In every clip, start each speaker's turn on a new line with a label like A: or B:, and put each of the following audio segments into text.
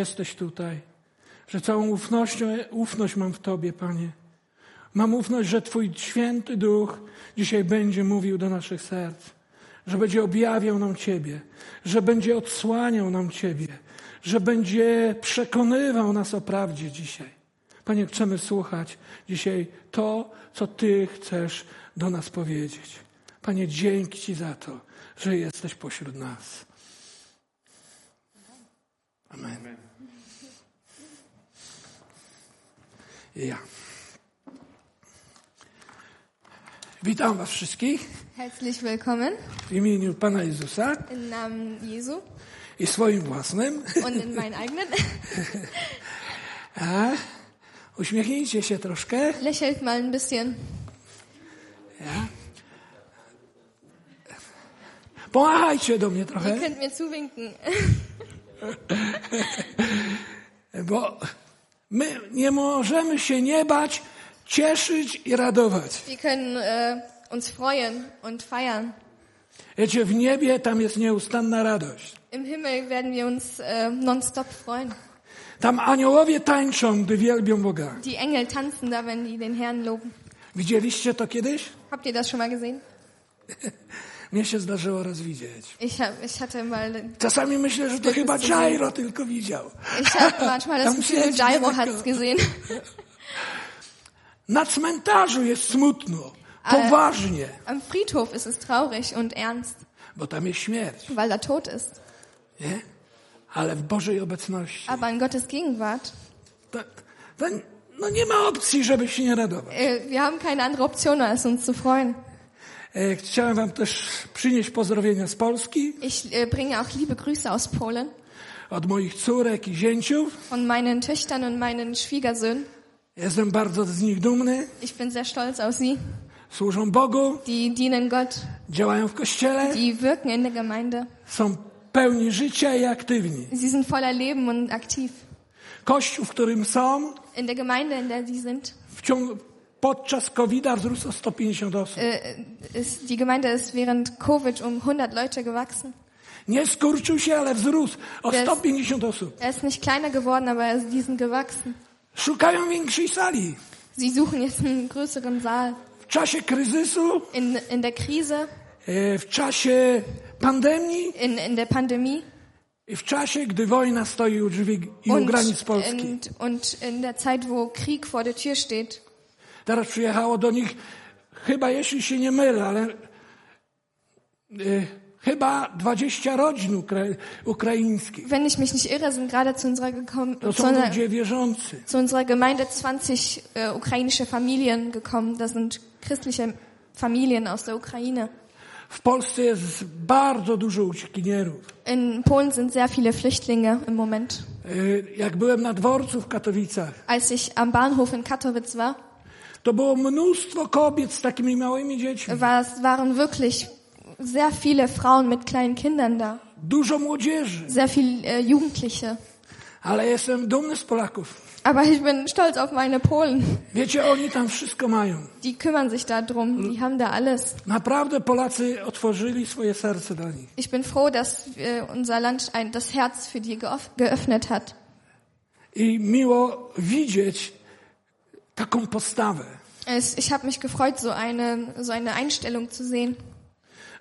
A: jesteś tutaj, że całą ufnością, ufność mam w Tobie, Panie. Mam ufność, że Twój święty duch dzisiaj będzie mówił do naszych serc, że będzie objawiał nam Ciebie, że będzie odsłaniał nam Ciebie, że będzie przekonywał nas o prawdzie dzisiaj. Panie, chcemy słuchać dzisiaj to, co Ty chcesz do nas powiedzieć. Panie, dzięki Ci za to, że jesteś pośród nas. Amen. Ja. Witam Was wszystkich
B: Herzlich willkommen
A: w imieniu Pana Jezusa
B: im Namen Jesu
A: i swoim własnym.
B: und in meinen eigenen.
A: A, uśmiechnijcie się troszkę.
B: Lächelt mal ein bisschen.
A: Pomachajcie do mnie
B: Ihr
A: trochę,
B: könnt mir zuwinken.
A: bo my nie możemy się nie bać, cieszyć i radować.
B: Wir können äh, uns freuen und feiern.
A: Wiecie, w niebie tam jest nieustanna radość.
B: Im Himmel werden wir uns äh, nonstop freuen.
A: Tam aniołowie tańczą, gdy wielbią Boga.
B: Die Engel tanzen da, wenn die den Herrn loben.
A: Widzieliście to kiedyś?
B: Habt ihr das schon mal gesehen?
A: Mnie się zdarzyło raz widzieć.
B: Ich, hab, ich hatte mal,
A: Czasami myślę, że to chyba Jairo tylko widział.
B: ich habe manchmal
A: Da
B: das
A: muss ich
B: Gefühl,
A: jetzt wieder
B: Jairo hat's
A: gucken.
B: gesehen.
A: Na cmentarzu jest smutno, poważnie,
B: Am Friedhof ist es traurig und ernst,
A: bo tam jest śmierć,
B: weil er tot ist.
A: nie? Ale w Bożej obecności.
B: Aber in Gottes Gegenwart,
A: To, to, no nie ma opcji, żeby się nie radować.
B: äh, wir haben keine andere Option, als uns zu freuen.
A: E, Chciałem wam też przynieść pozdrowienia z Polski,
B: Ich äh, bringe auch liebe Grüße aus Polen
A: od moich córek i zięciów.
B: von meinen Töchtern und meinen Schwiegersöhnen.
A: Jestem bardzo z nich dumny.
B: Ich bin sehr stolz auf sie.
A: Służą Bogu,
B: Die dienen Gott,
A: działają w kościele,
B: die wirken in der Gemeinde.
A: są pełni życia i aktywni.
B: Sie sind voller Leben und aktiv.
A: Kościół, w którym są,
B: In der Gemeinde, in der sie sind,
A: w ciągu, podczas COVID-a wzrósł o 150 osób.
B: ist, die Gemeinde ist während Covid um 100 Leute gewachsen.
A: Nie skurczył się, ale wzrósł o
B: Jest.
A: 150 osób.
B: Er ist nicht kleiner geworden, aber er ist, die sind gewachsen.
A: Szukają większej sali.
B: Sie suchen jetzt einen größeren Saal.
A: W czasie kryzysu,
B: In, in der Krise,
A: e, w czasie pandemii
B: in, in der Pandemie
A: i w czasie, gdy wojna stoi u drzwi i u
B: und,
A: granic Polski.
B: und, und in der Zeit, wo Krieg vor der Tür steht.
A: Teraz przyjechało do nich, chyba jeśli się nie mylę, ale e, chyba 20 rodzin ukra ukraińskich.
B: Wenn ich mich nicht irre, sind gerade zu unserer, gekommen,
A: To
B: zu,
A: są
B: einer,
A: ludzie wierzący.
B: zu unserer Gemeinde 20 äh, ukrainische Familien gekommen. Das sind christliche Familien aus der Ukraine.
A: W Polsce jest bardzo dużo uciekinierów.
B: In Polen sind sehr viele Flüchtlinge im Moment.
A: E, Jak byłem na dworcu w Katowicach,
B: Als ich am Bahnhof in Katowice war,
A: to było mnóstwo kobiet z takimi małymi dziećmi.
B: war es, waren wirklich sehr viele Frauen mit kleinen Kindern da.
A: Dużo młodzieży.
B: Sehr viele äh, Jugendliche.
A: Ale jestem dumny z Polaków.
B: Aber ich bin stolz auf meine Polen.
A: Wiecie, oni tam wszystko mają.
B: Die kümmern sich da drum. Die haben da alles.
A: Naprawdę Polacy otworzyli swoje serce dla nich.
B: Ich bin froh, dass äh, unser Land ein, das Herz für die geoff- geöffnet hat.
A: I miło widzieć taką postawę.
B: Es, ich habe mich gefreut, so eine, so eine Einstellung zu sehen.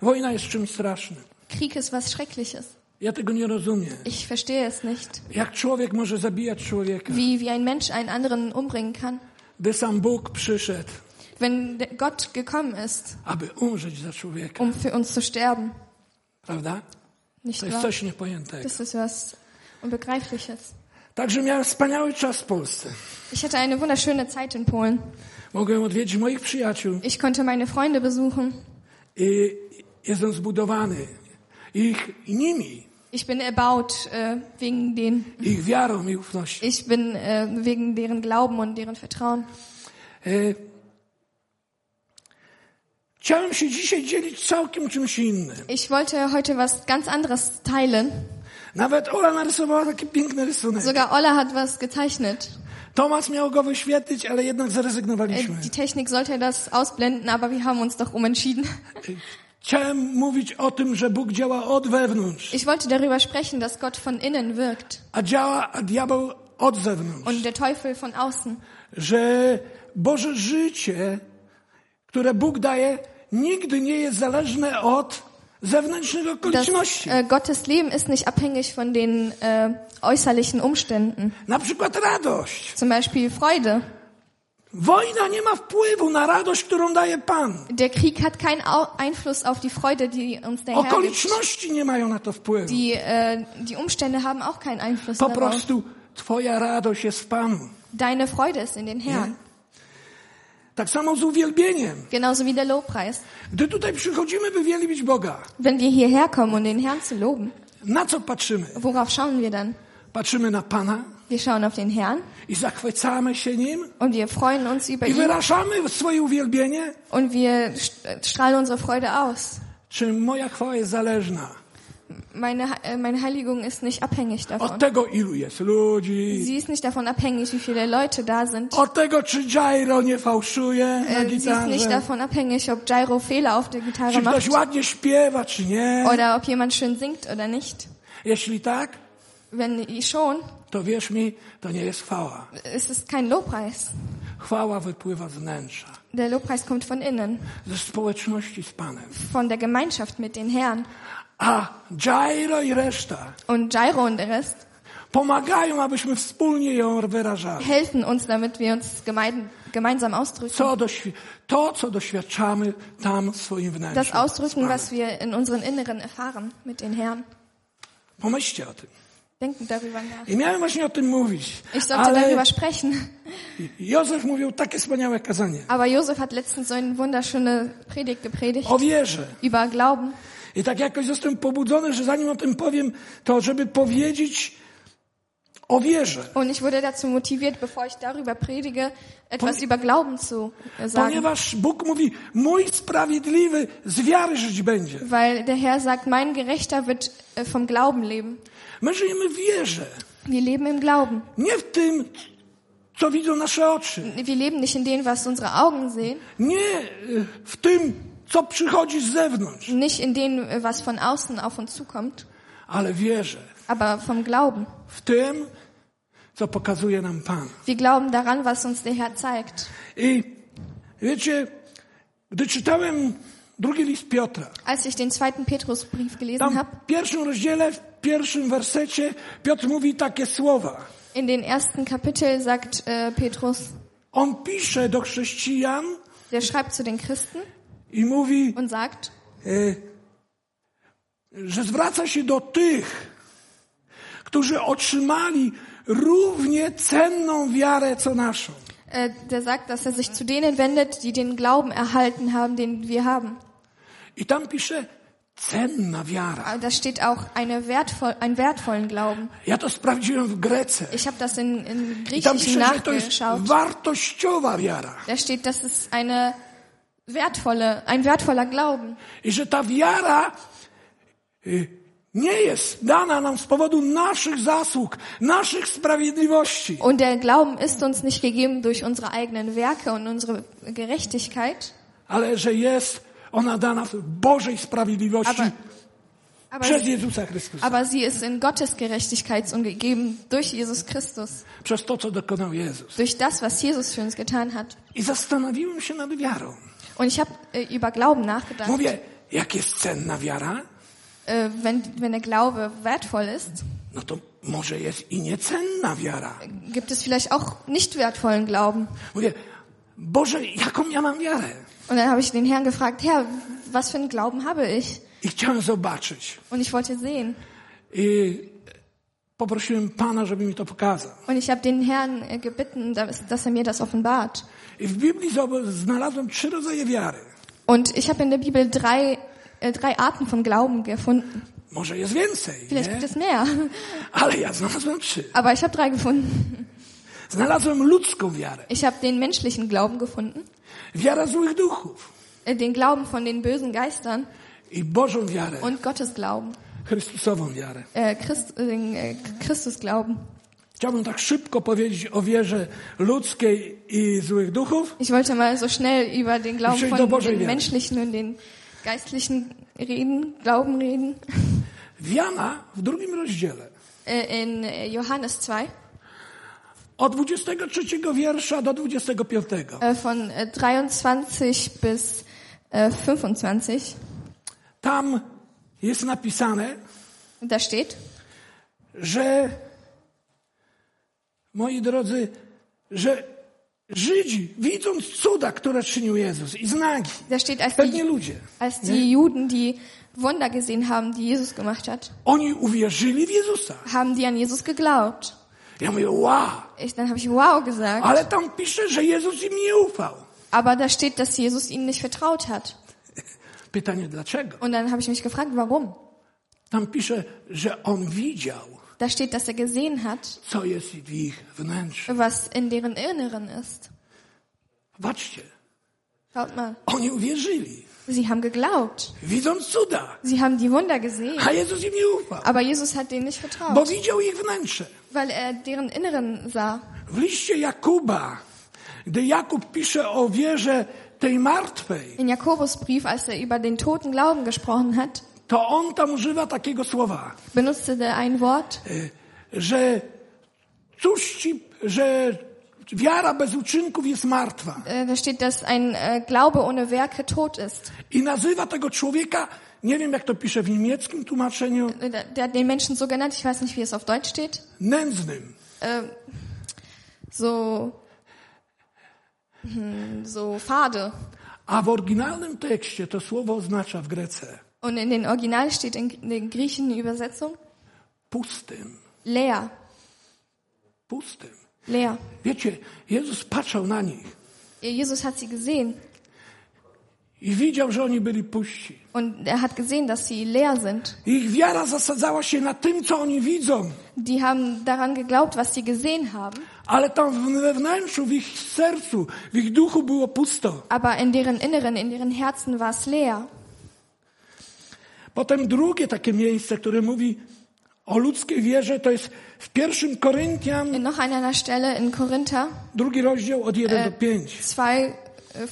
A: Wojna jest czymś strasznym.
B: Krieg ist was Schreckliches.
A: Ja tego nie rozumiem.
B: Ich verstehe es nicht,
A: Jak człowiek może zabijać człowieka,
B: wie, wie ein Mensch einen anderen umbringen kann.
A: gdy sam Bóg przyszedł,
B: Wenn de- Gott gekommen ist,
A: aby umrzeć za człowieka,
B: um für uns zu sterben,
A: prawda?
B: nicht
A: To jest
B: wahr?
A: coś niepojętego.
B: Das ist was Unbegreifliches.
A: Także miałem wspaniały czas w Polsce.
B: Ich hatte eine wunderschöne Zeit in Polen.
A: Mogłem odwiedzić moich przyjaciół
B: Ich konnte meine Freunde besuchen.
A: i jestem zbudowany ich i nimi,
B: Ich bin erbaut äh, wegen denen.
A: ich wiarą i ufnością.
B: Ich bin äh, wegen deren Glauben und deren Vertrauen.
A: E, Chciałem się dzisiaj dzielić całkiem czymś innym.
B: Ich wollte heute was ganz anderes teilen.
A: Nawet Ola narysowała taki piękny rysunek.
B: Sogar Olla hat was gezeichnet.
A: Tomasz miał go wyświetlić, ale jednak
B: Äh,
A: zrezygnowaliśmy.
B: die Technik sollte das ausblenden, aber wir haben uns doch umentschieden.
A: Chciałem mówić o tym, że Bóg działa od wewnątrz,
B: Ich wollte darüber sprechen, dass Gott von innen wirkt
A: a działa a diabeł od zewnątrz.
B: und der Teufel von außen.
A: Że Boże życie, które Bóg daje, nigdy nie jest zależne od zewnętrznych
B: Dass,
A: okoliczności.
B: äh, Gottes Leben ist nicht abhängig von den äh, äußerlichen Umständen.
A: Na przykład radość.
B: Zum Beispiel Freude.
A: Wojna nie ma wpływu na radość, którą daje Pan.
B: Der Krieg hat keinen Au Einfluss auf die Freude, die uns
A: Oh
B: der Herr gibt.
A: Okoliczności nie mają na to wpływu.
B: Die, äh, die Umstände haben auch keinen Einfluss
A: Po
B: darauf.
A: prostu Twoja radość jest w Panu.
B: Deine Freude ist in den Herrn.
A: Tak samo z uwielbieniem.
B: Genauso wie der Lobpreis.
A: Gdy tutaj przychodzimy, by wielbić Boga,
B: Wenn wir hierher kommen, um den Herrn zu loben,
A: na co patrzymy?
B: worauf schauen wir dann?
A: Patrzymy na Pana
B: Wir schauen auf den Herrn
A: i zachwycamy się Nim
B: und wir freuen uns über
A: i
B: ihn
A: wyrażamy swoje uwielbienie,
B: und wir st- strahlen unsere Freude aus.
A: czy moja chwała jest zależna
B: Meine, He- äh, meine Heiligung ist nicht abhängig
A: od
B: davon.
A: tego, ilu jest ludzi,
B: Sie ist nicht davon abhängig, wie viele Leute da sind.
A: od tego, czy Jairo nie fałszuje na
B: Äh, Sie ist nicht
A: gitarze,
B: davon abhängig, ob Gyro Fehler auf der Gitarre
A: czy
B: macht
A: ktoś ładnie śpiewa, czy nie.
B: oder ob jemand schön singt oder nicht.
A: Jeśli tak,
B: Wenn schon,
A: to wierz mi, to nie jest chwała.
B: es ist kein Lobpreis.
A: Chwała wypływa z wnętrza,
B: Der Lobpreis kommt von innen,
A: ze społeczności z Panem.
B: von der Gemeinschaft mit den Herren.
A: A Jairo i reszta
B: Und Gyro und der Rest
A: pomagają, abyśmy wspólnie ją wyrażali.
B: helfen uns, damit wir uns gemein, gemeinsam ausdrücken.
A: Co doświ- to, co doświadczamy tam w swoim
B: Das
A: wnętrzu.
B: ausdrücken, was wir in unseren Inneren erfahren mit den Herren.
A: Pomyślcie o tym.
B: Denken darüber nach.
A: I miałem właśnie o tym mówić.
B: Ich sollte
A: Ale
B: darüber sprechen.
A: Józef mówił takie wspaniałe kazanie.
B: Aber Josef hat letztens so eine wunderschöne Predigt gepredigt
A: O wierze.
B: über Glauben.
A: I tak jakoś zostałem pobudzony, że zanim o tym powiem, to żeby powiedzieć o wierze.
B: Und ich wurde dazu motiviert, bevor ich darüber predige, etwas über Glauben zu äh, sagen.
A: Ponieważ Bóg mówi, mój sprawiedliwy z wiary żyć będzie.
B: Weil der Herr sagt, mein Gerechter wird äh, vom Glauben leben.
A: My żyjemy w wierze.
B: Wir leben im Glauben.
A: Nie w tym, co widzą nasze oczy.
B: Wir leben nicht in dem, was unsere Augen sehen,
A: Nie y, w tym, co przychodzi z zewnątrz.
B: nicht in dem, äh, was von außen auf uns zukommt,
A: Ale wierzę
B: aber vom Glauben.
A: w tym, co pokazuje nam Pan.
B: Wir glauben daran, was uns der Herr zeigt.
A: I wiecie, gdy czytałem drugi list Piotra,
B: Als ich den zweiten Petrusbrief gelesen
A: tam
B: habe,
A: w pierwszym rozdziale, w pierwszym wersecie Piotr mówi takie słowa.
B: in den ersten Kapitel sagt äh, Petrus,
A: On pisze do chrześcijan
B: der schreibt zu den Christen
A: i mówi,
B: und sagt,
A: y, że zwraca się do tych, którzy otrzymali równie cenną wiarę co naszą.
B: äh, der sagt, dass er sich zu denen wendet, die den Glauben erhalten haben, den wir haben.
A: I tam pisze cenna wiara.
B: Aber da Äh, steht auch eine wertvoll, einen wertvollen Glauben.
A: Ja to sprawdziłem w Grece.
B: Ich habe das in, in
A: I tam
B: Griechischen
A: pisze, że to jest
B: nachgeschaut.
A: wartościowa wiara.
B: Da steht, das ist eine wertvolle, ein wertvoller Glauben.
A: I że ta wiara y, nie jest dana nam z powodu naszych zasług, naszych sprawiedliwości,
B: Und der Glauben ist uns nicht gegeben durch unsere eigenen Werke und unsere Gerechtigkeit,
A: ale że jest ona dana w Bożej sprawiedliwości
B: aber, aber,
A: przez Jezusa Chrystusa.
B: aber sie ist in Gottes Gerechtigkeit und gegeben durch Jesus Christus,
A: przez to, co dokonał Jezus.
B: durch das, was Jesus für uns getan hat.
A: I zastanowiłem się nad wiarą.
B: Und ich habe äh, über Glauben nachgedacht.
A: Mówię, jak jest cenna wiara,
B: Äh, wenn, wenn der Glaube wertvoll ist,
A: no to może jest i niecenna wiara.
B: gibt es vielleicht auch nicht wertvollen Glauben.
A: Mówię, Boże, jaką ja mam wiarę?
B: Und dann habe ich den Herrn gefragt, Herr, was für einen Glauben habe ich?
A: I chciałem zobaczyć.
B: Und ich wollte sehen.
A: I poprosiłem Pana, żeby mi to pokazał.
B: Und ich habe den Herrn äh, gebeten, dass, dass er mir das offenbart.
A: I w Biblii zob- znalazłem trzy rodzaje wiary.
B: Und ich habe in der Bibel drei, äh, drei Arten von Glauben gefunden.
A: Może jest więcej,
B: Vielleicht
A: nie?
B: gibt es mehr,
A: ale ja znalazłem trzy.
B: aber ich habe drei gefunden.
A: Znalazłem ludzką wiarę,
B: Ich habe den menschlichen Glauben gefunden,
A: wiarę złych duchów
B: äh, den Glauben von den bösen Geistern
A: i Bożą wiarę,
B: und Gottes Glauben,
A: Chrystusową wiarę.
B: äh, Christ, äh, den äh, Christusglauben.
A: Chciałbym tak szybko powiedzieć o wierze ludzkiej i złych duchów,
B: Ich wollte mal so schnell über den Glauben
A: Schön, der
B: von
A: Boże
B: den
A: wäre.
B: menschlichen und den geistlichen Reden, Glauben reden.
A: W Jana w drugim rozdziale
B: Äh, In äh, Johannes 2,
A: od 23 wiersza do 25.
B: äh, von äh, 23 bis äh, 25,
A: Tam jest napisane,
B: Und da steht,
A: że moi drodzy, że Żydzi, widząc cuda, które czynił Jezus i znaki,
B: da steht, als
A: pewnie
B: die,
A: ludzie,
B: als die Juden die Wunder gesehen haben, die Jesus gemacht hat,
A: oni uwierzyli w Jezusa.
B: haben die an Jesus geglaubt.
A: Ja mówię, wow,
B: Ich, dann habe ich wow gesagt.
A: ale tam pisze, że Jezus im nie ufał.
B: Aber da steht, dass Jesus ihnen nicht vertraut hat.
A: Pytanie dlaczego?
B: Und dann habe ich mich gefragt, warum?
A: Tam pisze, że on widział,
B: Da steht, dass er gesehen hat,
A: co jest w ich wnętrzu.
B: was in deren Inneren ist.
A: Patrzcie,
B: Schaut mal.
A: oni uwierzyli,
B: Sie haben geglaubt.
A: widząc cuda,
B: Sie haben die Wunder gesehen.
A: a Jezus im nie ufał,
B: Aber Jesus hat denen nicht
A: bo
B: vertraut,
A: widział ich wnętrze.
B: weil er deren Inneren sah.
A: W liście Jakuba, gdy Jakub pisze o wierze tej martwej,
B: In Jakobus Brief, als er über den toten Glauben gesprochen hat,
A: to on tam używa takiego słowa,
B: benutzte er ein Wort.
A: że cóż ci, że wiara bez uczynków jest martwa.
B: Äh, Da steht, dass ein äh, Glaube ohne Werke tot ist.
A: I nazywa tego człowieka, nie wiem jak to pisze w niemieckim tłumaczeniu,
B: Äh, Der der hat den Menschen so genannt, ich weiß nicht, wie es auf Deutsch steht.
A: nędznym.
B: Ähm, so, hm, so fade.
A: A w oryginalnym tekście to słowo oznacza w Grece
B: Und in den Original steht in in der griechischen Übersetzung
A: pustym,
B: leer,
A: pustym.
B: leer.
A: Wiecie, Jezus patrzał na nich
B: Jesus hat sie gesehen
A: i widział, że oni byli puści.
B: und er hat gesehen, dass sie leer sind.
A: Ich wiara zasadzała się na tym, co oni widzą,
B: Die haben daran geglaubt, was sie gesehen haben,
A: ale tam w- we wnętrzu, w ich sercu, w ich duchu było pusto.
B: aber in deren Inneren, in deren Herzen war es leer.
A: Potem drugie takie miejsce, które mówi o ludzkiej wierze, to jest w pierwszym Koryntian,
B: Und noch an einer Stelle in Korinther
A: drugi rozdział od 1 do 5.
B: 2 äh,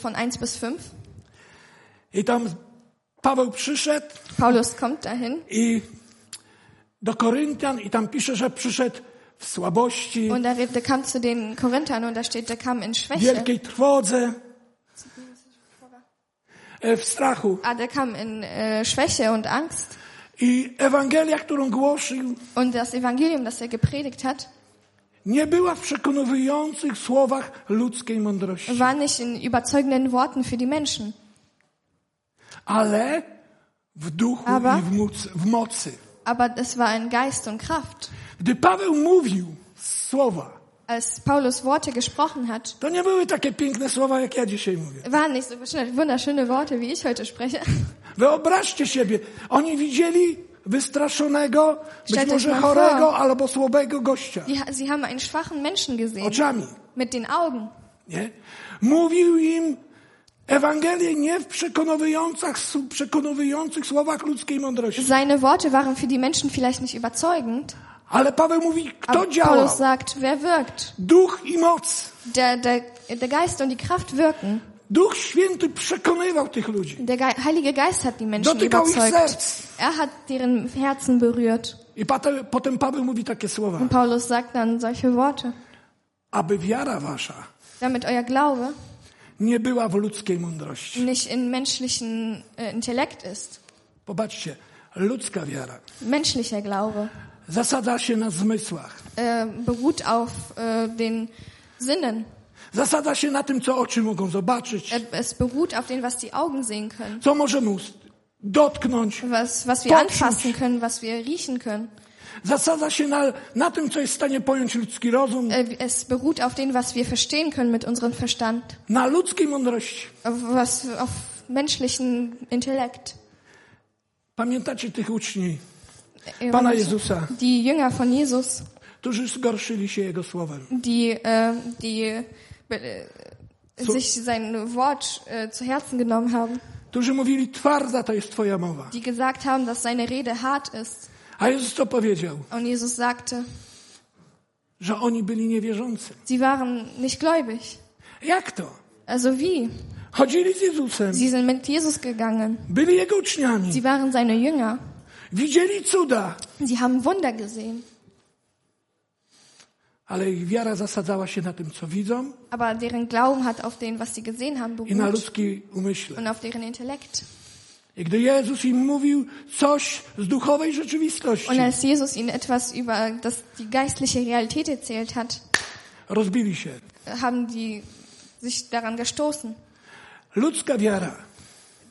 B: von 1 bis 5.
A: I tam Paweł przyszedł
B: Paulus kommt dahin
A: i do Koryntian i tam pisze, że przyszedł w słabości,
B: und da redet, der kam zu den Korinthern und da steht, der kam in Schwäche.
A: wielkiej trwodze, e, w strachu.
B: Ah, der kam in äh, Schwäche und Angst.
A: I Ewangelia, którą głosił,
B: Und das Evangelium, das er gepredigt hat,
A: nie była w przekonujących słowach ludzkiej mądrości,
B: war nicht in überzeugenden Worten für die Menschen,
A: ale w duchu
B: Aber-
A: i w, moc, w mocy.
B: aber es war in Geist und Kraft.
A: Gdy Paweł mówił słowa,
B: Als Paulus Worte gesprochen hat,
A: to nie były takie piękne słowa, jak ja dzisiaj mówię.
B: waren nicht so wunderschöne Worte, wie ich heute spreche.
A: Wyobraźcie siebie, oni widzieli wystraszonego, być
B: Stellt euch
A: może
B: mal
A: chorego
B: vor.
A: albo słabego gościa
B: Die, sie haben einen schwachen Menschen gesehen,
A: oczami.
B: mit den Augen.
A: Nie? Mówił im Ewangelię nie w przekonujących, przekonujących słowach ludzkiej mądrości.
B: Seine Worte waren für die Menschen vielleicht nicht überzeugend,
A: Ale Paweł mówi, kto
B: aber
A: działał?
B: Paulus sagt, wer wirkt?
A: Duch i moc.
B: Der, der, der Geist und die Kraft wirken.
A: Duch Święty przekonywał tych ludzi.
B: Der Ge Heilige Geist hat die Menschen
A: Dotykał ich
B: überzeugt.
A: serc.
B: Er hat deren Herzen berührt.
A: I potem, potem Paweł mówi takie słowa.
B: Paulus sagt dann solche Worte,
A: Aby wiara wasza
B: damit euer Glaube
A: nie była w ludzkiej mądrości.
B: nicht in menschlichen äh, Intellekt ist.
A: Popatrzcie, ludzka wiara
B: Menschlicher Glaube
A: zasadza się na zmysłach.
B: äh, beruht auf äh, den Sinnen.
A: Zasada się na tym, co oczy mogą zobaczyć,
B: Äh, Es beruht auf dem, was die Augen sehen können,
A: co możemy ust- dotknąć.
B: was, was wir
A: Poczuć.
B: anfassen können, was wir riechen können.
A: Zasada się na, na tym, co jest w stanie pojąć ludzki rozum,
B: Äh, Es beruht auf dem, was wir verstehen können mit unserem Verstand,
A: na ludzkiej mądrości.
B: auf was auf menschlichen Intellekt.
A: Pamiętacie tych uczniów
B: Äh,
A: Pana Jezusa,
B: Die Jünger von Jesus,
A: którzy zgorszyli się Jego słowem.
B: die, äh, die äh, sich sein Wort äh, zu Herzen genommen haben,
A: Którzy mówili, twarda to jest Twoja mowa.
B: die gesagt haben, dass seine Rede hart ist.
A: A Jezus to powiedział,
B: Und Jesus sagte,
A: że oni byli niewierzący.
B: sie waren nicht gläubig.
A: Jak to?
B: Also wie?
A: Chodzili z Jezusem,
B: Sie sind mit Jesus gegangen.
A: byli Jego uczniami,
B: Sie waren seine Jünger.
A: widzieli cuda,
B: Sie haben Wunder gesehen.
A: ale ich wiara zasadzała się na tym, co widzą
B: Aber deren Glauben hat auf dem, was sie gesehen haben,
A: i na
B: beruht.
A: ludzkiej umyśle.
B: Und auf deren Intellekt.
A: I gdy Jezus im mówił coś z duchowej rzeczywistości,
B: Und als Jesus ihnen etwas über das, die geistliche Realität erzählt hat,
A: rozbili się.
B: haben die sich daran gestoßen.
A: Ludzka wiara,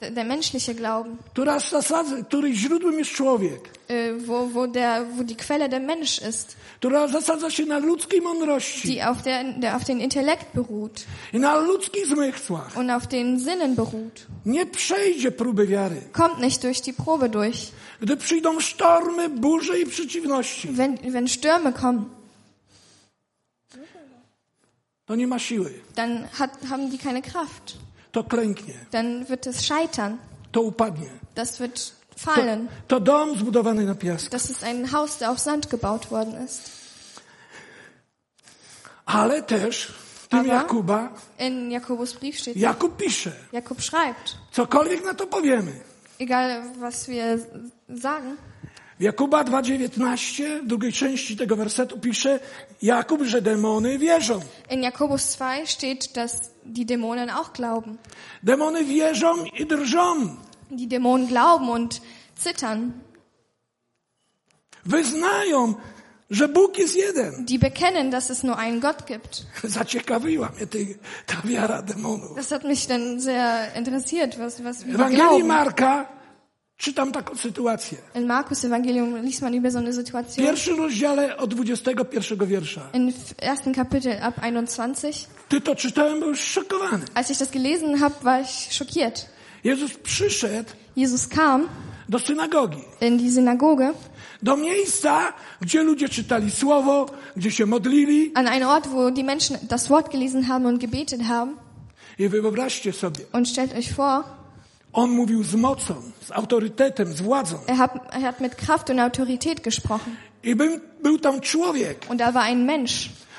B: Der der menschliche Glauben,
A: która zasadza, której źródłem jest człowiek,
B: äh, wo, wo, der, wo die Quelle der Mensch ist,
A: która zasadza się na ludzkiej mądrości
B: die auf, der, der auf den Intellekt beruht
A: i na ludzkich zmysłach,
B: und auf den Sinnen beruht,
A: nie przejdzie próby wiary.
B: kommt nicht durch die Probe durch.
A: Gdy przyjdą sztormy, burze i przeciwności,
B: Wenn, wenn Stürme kommen,
A: to nie ma siły,
B: dann hat, haben die keine Kraft.
A: to klęknie,
B: Dann wird es scheitern.
A: to upadnie.
B: Das wird
A: To,
B: fallen.
A: to dom zbudowany na piasku.
B: Das ist ein Haus, der auf Sand gebaut worden ist.
A: Ale też w tym
B: Aha.
A: Jakuba,
B: In Jakobus Brief steht,
A: Jakub pisze,
B: Jakob schreibt,
A: cokolwiek na to powiemy.
B: egal was wir sagen,
A: W Jakuba 2,19, w drugiej części tego wersetu pisze Jakub, że demony wierzą.
B: in Jakobus 2 steht, dass die Dämonen auch glauben.
A: Demony wierzą i drżą.
B: Die Dämonen glauben und zittern.
A: Wyznają, że Bóg jest jeden.
B: Die bekennen, dass es nur einen Gott gibt.
A: Zaciekawiła mnie tej, ta wiara demonów.
B: Das hat mich dann sehr interessiert, was, was
A: W
B: wir
A: Ewangelii
B: glauben.
A: Marka czytam taką sytuację.
B: In Markus Evangelium liest man über so eine
A: W
B: Situation.
A: pierwszym rozdziale od 21 wiersza.
B: Im ersten Kapitel ab 21.
A: Ty to czytałem, byłem szokowany.
B: Als ich das gelesen habe, war ich schockiert.
A: Jezus przyszedł
B: Jesus kam
A: do synagogi,
B: in die Synagoge,
A: do miejsca, gdzie ludzie czytali słowo, gdzie się modlili.
B: an einen Ort, wo die Menschen das Wort gelesen haben und gebetet haben.
A: I wyobraźcie sobie,
B: Und stellt euch vor,
A: on mówił z mocą, z autorytetem, z władzą.
B: er hat, er hat mit Kraft und Autorität gesprochen.
A: I był, był tam człowiek
B: Und da war ein Mensch.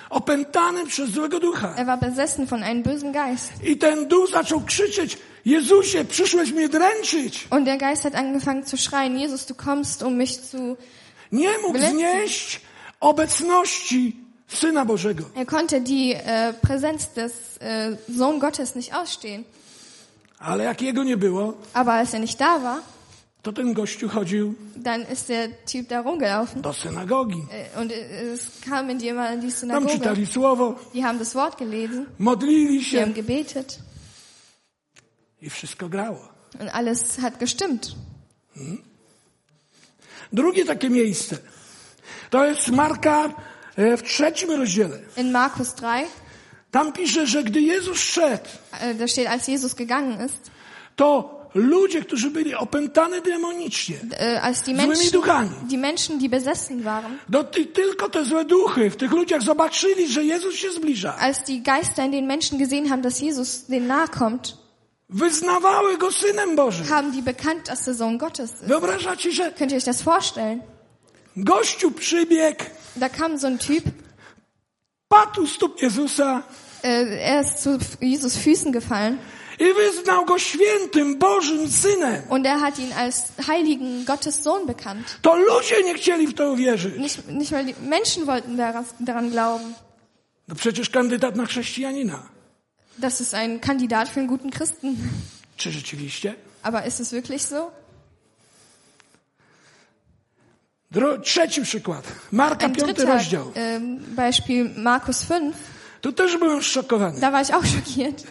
A: opętany przez złego ducha.
B: Er war besessen von einem bösen Geist.
A: I ten duch zaczął krzyczeć, Jezusie, przyszłeś mnie dręczyć.
B: Und der Geist hat angefangen zu schreien, Jesus, du kommst, um mich zu...
A: Nie mógł
B: Wyleci.
A: znieść obecności Syna Bożego.
B: Er konnte die äh, Präsenz des äh, Sohn Gottes nicht ausstehen.
A: Ale jak jego nie było,
B: Aber als er nicht da war,
A: to ten gościu chodził
B: dann ist der Typ da rumgelaufen.
A: do synagogi.
B: Äh, Und äh, es kamen die immer in die
A: Tam
B: Synagoge.
A: czytali słowo,
B: Die haben das Wort gelesen,
A: modlili
B: die haben
A: się
B: gebetet
A: i wszystko grało.
B: und alles hat gestimmt.
A: Drugie takie miejsce to jest Marka e, w trzecim rozdziale.
B: In Markus 3,
A: Tam pisze, że gdy Jezus szedł,
B: äh, da steht, als Jesus gegangen ist,
A: to ludzie, którzy byli opętani demonicznie,
B: äh, als die
A: złymi
B: Menschen,
A: duchami,
B: die Menschen, die besessen waren,
A: No ty, tylko te złe duchy w tych ludziach zobaczyli, że Jezus się zbliża.
B: als die Geister in den Menschen gesehen haben, dass Jesus denen nahe kommt,
A: Wyznawały go synem Bożym.
B: haben die bekannt, dass der Sohn Gottes ist.
A: Wyobrażacie, że
B: Könnt ihr euch das vorstellen?
A: gościu przybiegł,
B: Da kam so ein Typ,
A: padł u stóp Jezusa
B: äh, er ist zu Jesus Füßen gefallen
A: i wyznał go świętym Bożym synem.
B: und er hat ihn als heiligen Gottes Sohn bekannt.
A: To ludzie nie chcieli w to uwierzyć.
B: Nicht, nicht mal die Menschen wollten daran, daran glauben.
A: No przecież kandydat na chrześcijanina.
B: Das ist ein Kandidat für einen guten Christen.
A: Czy rzeczywiście?
B: Aber ist es wirklich so?
A: Dro trzeci przykład. Marka,
B: Ein
A: piąty
B: dritter
A: rozdział.
B: ähm, Beispiel Markus 5.
A: Tu też byłem szokowany.
B: Da war ich auch schockiert.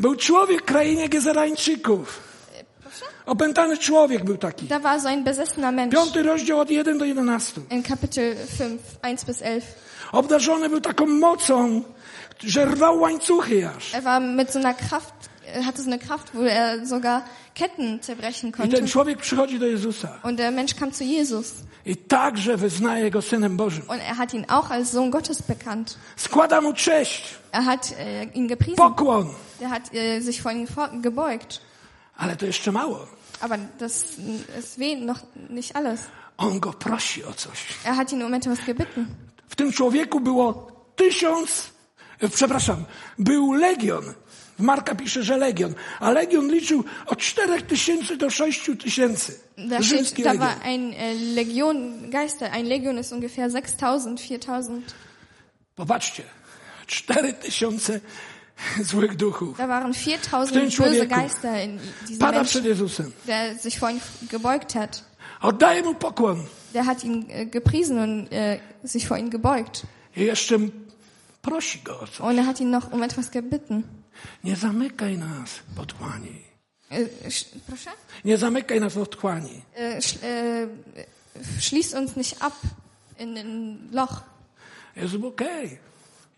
A: Był człowiek w krainie Gezerańczyków. Opętany człowiek był taki.
B: Da war so ein besessener Mensch.
A: Piąty rozdział od 1 do 11.
B: In Kapitel 5, 1 bis 11.
A: Obdarzony był taką mocą, że rwał łańcuchy aż.
B: Er war mit so einer Kraft, er hatte so eine Kraft, wo er sogar Ketten zerbrechen
A: I ten
B: konnte.
A: człowiek przychodzi do Jezusa
B: Und der Mensch kam zu Jesus.
A: i także wyznaje go synem Bożym.
B: Und er hat ihn auch als Sohn Gottes bekannt.
A: Składa mu cześć,
B: Er hat äh, ihn gepriesen.
A: pokłon,
B: Er hat äh, sich vor ihm vor gebeugt.
A: ale to jeszcze mało.
B: Aber das äh, ist weh, noch nicht alles.
A: On go prosi o coś.
B: Er hat ihn um etwas gebeten.
A: W tym człowieku było tysiąc, e, przepraszam, był legion, W Marka pisze, że legion. A legion liczył od 4 tysięcy do 6 tysięcy.
B: Da,
A: Rzymski
B: steht, da
A: legion.
B: war ein äh, Legion Geister. Ein Legion ist ungefähr 6000, 4000.
A: Popatrzcie, 4 tysiące złych duchów.
B: Da waren
A: Stimmt,
B: 4000 böse
A: Entschuldigung.
B: Geister in diesem
A: Pada przed
B: Menschen,
A: Jezusem.
B: der sich vor ihm gebeugt hat.
A: Oddaje mu pokłon.
B: Der hat ihn äh, gepriesen und äh, sich vor ihn gebeugt.
A: I jeszcze prosi go o co.
B: Und er hat ihn noch um etwas gebeten.
A: Nie zamykaj nas w otchłani.
B: Äh, sch proszę?
A: Nie zamykaj nas w otchłani.
B: Äh, sch äh, schließ uns nicht ab in ein Loch.
A: Jezus mówi, okej,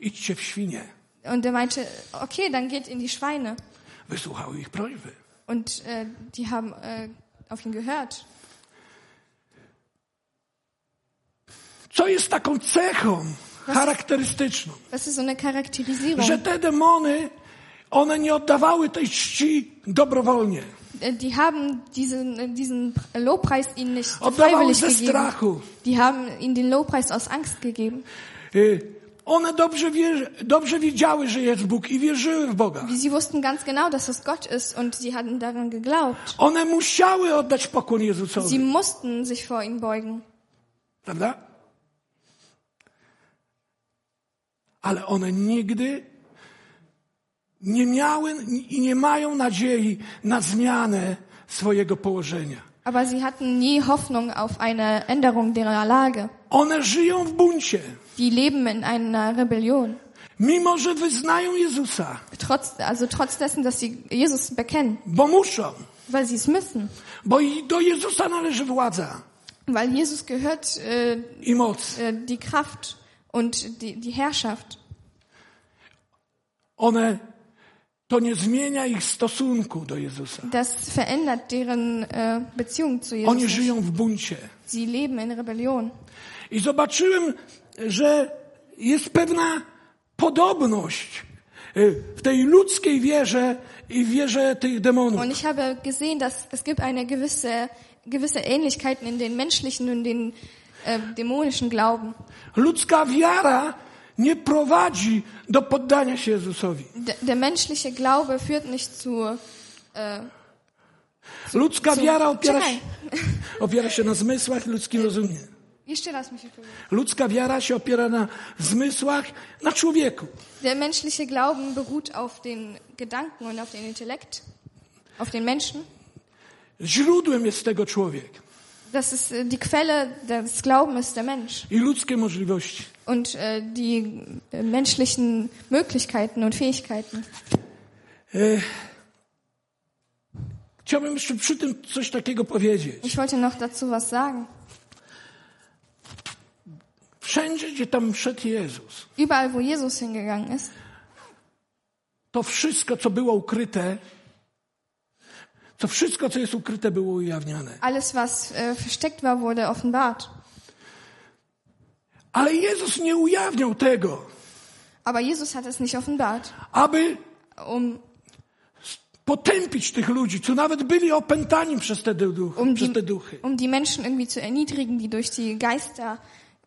A: idźcie w świnie.
B: Und er meinte, okay, dann geht in die Schweine.
A: Wysłuchał ich prośby.
B: Und äh, die haben äh, auf ihn gehört.
A: Co jest taką cechą charakterystyczną?
B: Das ist so eine Charakterisierung.
A: Że te demony, one nie oddawały tej czci dobrowolnie.
B: Äh, die haben diesen, äh, diesen Lobpreis ihnen nicht
A: Oddawały
B: freiwillig
A: ze
B: gegeben.
A: strachu.
B: Die haben ihnen den Lobpreis aus Angst gegeben.
A: Y, One dobrze, wie, dobrze wiedziały, że jest Bóg i wierzyły w Boga.
B: Sie wussten ganz genau, dass es Gott ist und sie hatten daran geglaubt.
A: One musiały oddać pokłon
B: Sie
A: Jezusowi,
B: mussten sich vor ihn beugen.
A: prawda? Ale one nigdy nie miały i nie mają nadziei na zmianę swojego położenia.
B: Aber sie hatten nie Hoffnung auf eine Änderung ihrer Lage.
A: One żyją w buncie,
B: Die leben in einer Rebellion.
A: mimo że wyznają Jezusa,
B: Trotz, also trotz dessen, dass sie Jesus bekennen,
A: bo muszą,
B: weil sie es müssen.
A: bo i do Jezusa należy władza
B: Weil Jesus gehört äh,
A: i moc.
B: äh, die Kraft und die, die Herrschaft.
A: One to nie zmienia ich stosunku do Jezusa.
B: Das verändert deren äh, Beziehung zu Jesus.
A: Oni
B: nicht.
A: żyją w buncie.
B: Sie leben in Rebellion.
A: I zobaczyłem, że jest pewna podobność y, w tej ludzkiej wierze i wierze tych demonów.
B: Und ich habe gesehen, dass es gibt eine gewisse, gewisse Ähnlichkeiten in den menschlichen und den äh, dämonischen Glauben.
A: Ludzka wiara nie prowadzi do poddania się Jezusowi.
B: D der menschliche Glaube führt nicht zu,
A: Ludzka
B: zu
A: wiara opiera
B: Czekaj.
A: się, opiera się na zmysłach i ludzkim rozumie.
B: Jeszcze raz mi się powiedzieć.
A: Ludzka wiara się opiera na zmysłach, na człowieku.
B: Der menschliche Glauben beruht auf den Gedanken und auf den Intellekt, auf den Menschen.
A: Źródłem jest tego człowiek
B: Das ist äh, die Quelle des Glaubens ist der Mensch
A: i ludzkie możliwości.
B: und äh, die äh, menschlichen Möglichkeiten und Fähigkeiten.
A: Chciałbym jeszcze przy tym coś takiego powiedzieć.
B: Ich wollte noch dazu was sagen.
A: Wszędzie, gdzie tam szedł Jezus,
B: Überall, wo Jesus hingegangen ist,
A: to wszystko, co było ukryte, to wszystko, co jest ukryte, było ujawniane.
B: alles, was äh, versteckt war, wurde offenbart.
A: Ale Jezus nie ujawniał tego,
B: Aber Jesus hat es nicht offenbart,
A: aby
B: um,
A: potępić tych ludzi, co nawet byli opętani przez te duchy.
B: um,
A: Przez te
B: die,
A: duchy.
B: um die Menschen irgendwie zu erniedrigen, die durch die Geister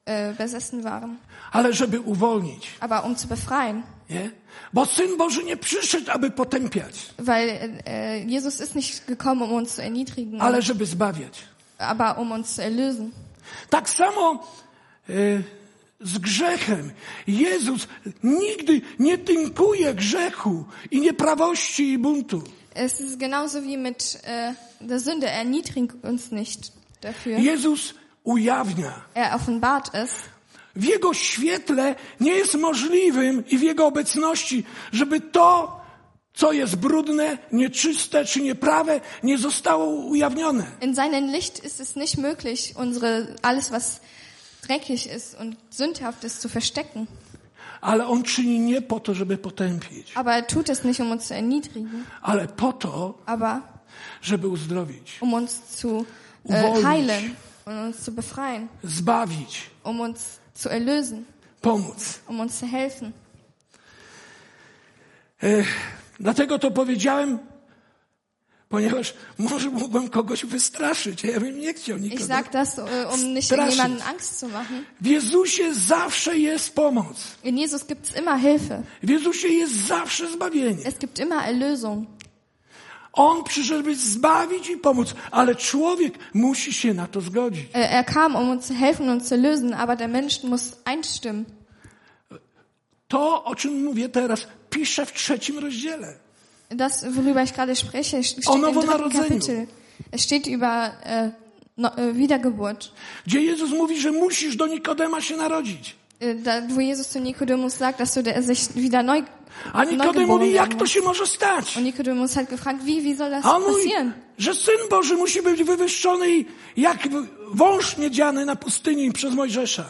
B: äh, besessen waren.
A: Ale żeby uwolnić.
B: Aber um zu befreien.
A: Nie? Bo Syn Boży nie przyszedł, aby potępiać,
B: Weil äh, Jesus ist nicht gekommen, um uns zu erniedrigen,
A: ale żeby zbawiać.
B: aber um uns zu erlösen.
A: Tak samo e, z grzechem. Jezus nigdy nie tynkuje grzechu i nieprawości i buntu.
B: Es ist genauso wie mit äh, der Sünde. Er erniedrigt uns nicht dafür.
A: Jezus ujawnia.
B: Er offenbart es.
A: W Jego świetle nie jest możliwym i w Jego obecności, żeby to, co jest brudne, nieczyste czy nieprawe, nie zostało ujawnione.
B: In seinem Licht ist es nicht möglich, unsere alles, was dreckig ist und sündhaft ist, zu verstecken.
A: Ale On czyni nie po to, żeby potępić,
B: Aber er tut es nicht, um uns zu erniedrigen,
A: ale po to,
B: aber
A: żeby uzdrowić,
B: um uns zu äh,
A: Uwolnić.
B: heilen und uns zu befreien,
A: zbawić,
B: um uns zu erlösen,
A: pomóc.
B: um uns zu helfen.
A: Dlatego to powiedziałem ponieważ może mógłbym kogoś wystraszyć, a ja bym nie chciał nikogo.
B: Ich sage das, äh, um nicht
A: Straszend.
B: jemanden Angst zu machen.
A: W Jezusie zawsze jest pomoc.
B: In Jesus gibt's immer Hilfe.
A: W Jezusie jest zawsze zbawienie.
B: Es gibt immer Erlösung.
A: On przyszedł, by zbawić i pomóc, ale człowiek musi się na to zgodzić.
B: Äh, Er kam, um uns zu helfen und zu lösen, aber der Mensch muss einstimmen.
A: To, o czym mówię teraz, piszę w trzecim rozdziele.
B: Das, worüber ich gerade spreche, steht
A: O
B: im dritten
A: Nowonarodzeniu.
B: Kapitel. Es steht über äh, no, äh, Wiedergeburt,
A: Gdzie Jezus mówi, że musisz do Nikodema się narodzić.
B: äh, da, wo Jesus zu Nikodemus sagt, dass du der, sich wieder neu
A: A Nikodem
B: neugeboren
A: mówi,
B: werden
A: jak to
B: musst.
A: się może stać?
B: Und Nikodemus hat gefragt, wie, wie soll das
A: A on mówi,
B: passieren?
A: że Syn Boży musi być wywyższony i jak w- wąż niedziany na pustyni przez Mojżesza.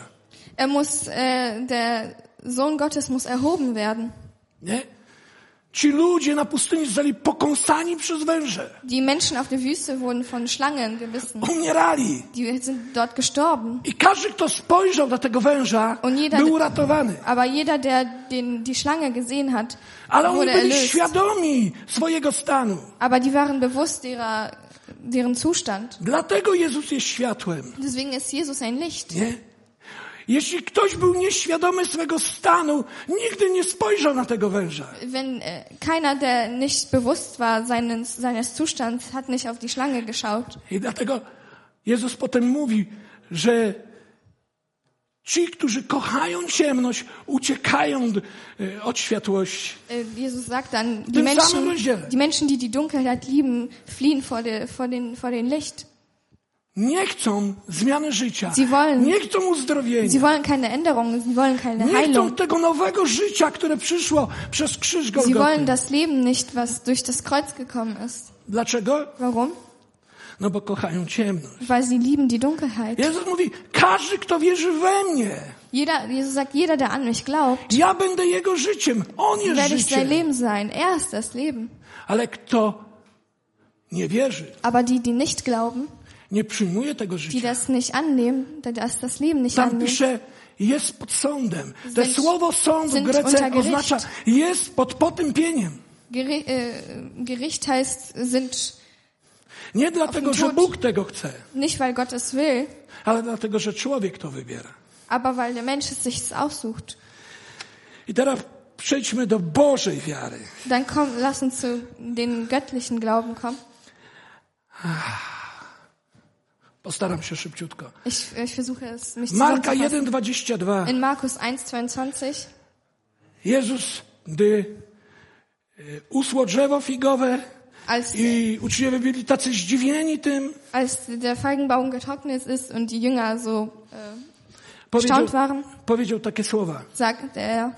B: Er muss, äh, der Sohn Gottes muss erhoben werden.
A: Nie? Ci ludzie na pustyni zostali pokąsani przez węże.
B: Die Menschen auf der Wüste wurden von Schlangen gebissen.
A: Umierali.
B: Die sind dort gestorben.
A: I każdy, kto spojrzał na tego węża,
B: On nie da-
A: był uratowany.
B: Aber jeder, der den, die Schlange gesehen hat,
A: Ale oni
B: wurde
A: byli
B: erlöst.
A: świadomi swojego stanu.
B: Aber die waren bewusst ihrer, deren Zustand.
A: Dlatego Jezus jest światłem.
B: Deswegen ist Jesus ein Licht.
A: Nie? Jeśli ktoś był nieświadomy swego stanu, nigdy nie spojrzał na tego węża.
B: Wenn äh, keiner, der nicht bewusst war seines, seines Zustands, hat nicht auf die Schlange geschaut.
A: I dlatego Jezus potem mówi, że ci, którzy kochają ciemność, uciekają e, od światłości.
B: Äh, Jesus sagt dann, die
A: Dem samym
B: Menschen,
A: rozdziale.
B: die Menschen, die die Dunkelheit lieben, fliehen vor, der, vor, den, vor den Licht.
A: Nie chcą zmiany życia.
B: Sie wollen-
A: Nie chcą uzdrowienia.
B: Sie wollen keine Änderung, sie wollen keine
A: Nie chcą
B: Heilung.
A: tego nowego życia, które przyszło przez krzyż
B: Sie wollen
A: Golgoty.
B: das Leben nicht, was durch das Kreuz gekommen ist.
A: Dlaczego?
B: Warum?
A: No bo kochają ciemność.
B: Weil sie lieben die Dunkelheit.
A: Jezus mówi, każdy, kto wierzy we mnie,
B: Jeder, Jesus sagt, jeder, der an mich glaubt,
A: Ja będę jego życiem. On jest
B: werde ich sein
A: życiem.
B: Leben sein. Er ist das Leben.
A: Ale kto nie wierzy,
B: Aber die, die nicht glauben,
A: nie przyjmuje tego
B: die
A: życia.
B: das nicht annehmen, die das, das Leben nicht
A: Tam
B: annehmen,
A: pisze, jest pod sądem. Te
B: Sind-
A: słowo sąd w
B: sind
A: Grece
B: unter Gericht.
A: oznacza jest pod potępieniem.
B: Geri äh, Gericht heißt, sind
A: Nie dlatego,
C: Auf den
A: że
C: Tod.
A: Bóg tego chce,
B: nicht, weil Gott es will,
A: ale dlatego, że człowiek to wybiera.
B: aber weil der Mensch es sich aussucht.
A: I teraz przejdźmy do Bożej wiary.
B: Dann komm, lass uns zu den göttlichen Glauben kommen.
A: Postaram się szybciutko.
B: Ich, ich versuche es, mich
A: Marka
B: zusammenzufassen.
A: 1,22.
B: In Markus 1,22.
A: Jezus, gdy y, usło drzewo figowe
B: Als,
A: i uczniowie byli tacy zdziwieni tym,
B: als der Feigenbaum getrocknet ist und die Jünger so äh,
A: powiedział,
B: erstaunt waren,
A: powiedział takie słowa.
B: sagt er,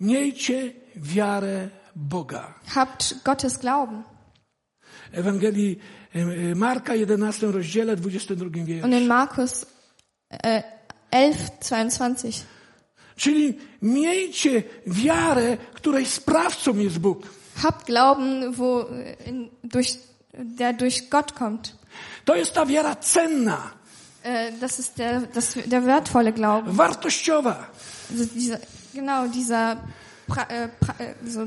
A: Miejcie wiarę Boga.
B: habt Gottes Glauben.
A: Ewangelii em, em, Marka, 11 rozdziale, 22 wierszu.
B: Und in Markus äh, 11,22.
A: Czyli miejcie wiarę, której sprawcą jest Bóg.
B: Habt Glauben, wo, äh, in, durch, der durch Gott kommt.
A: To jest ta wiara cenna,
B: Äh, das ist der, das, der wertvolle Glaube.
A: wartościowa,
B: Also dieser, genau, dieser pra, äh, pra, äh, so,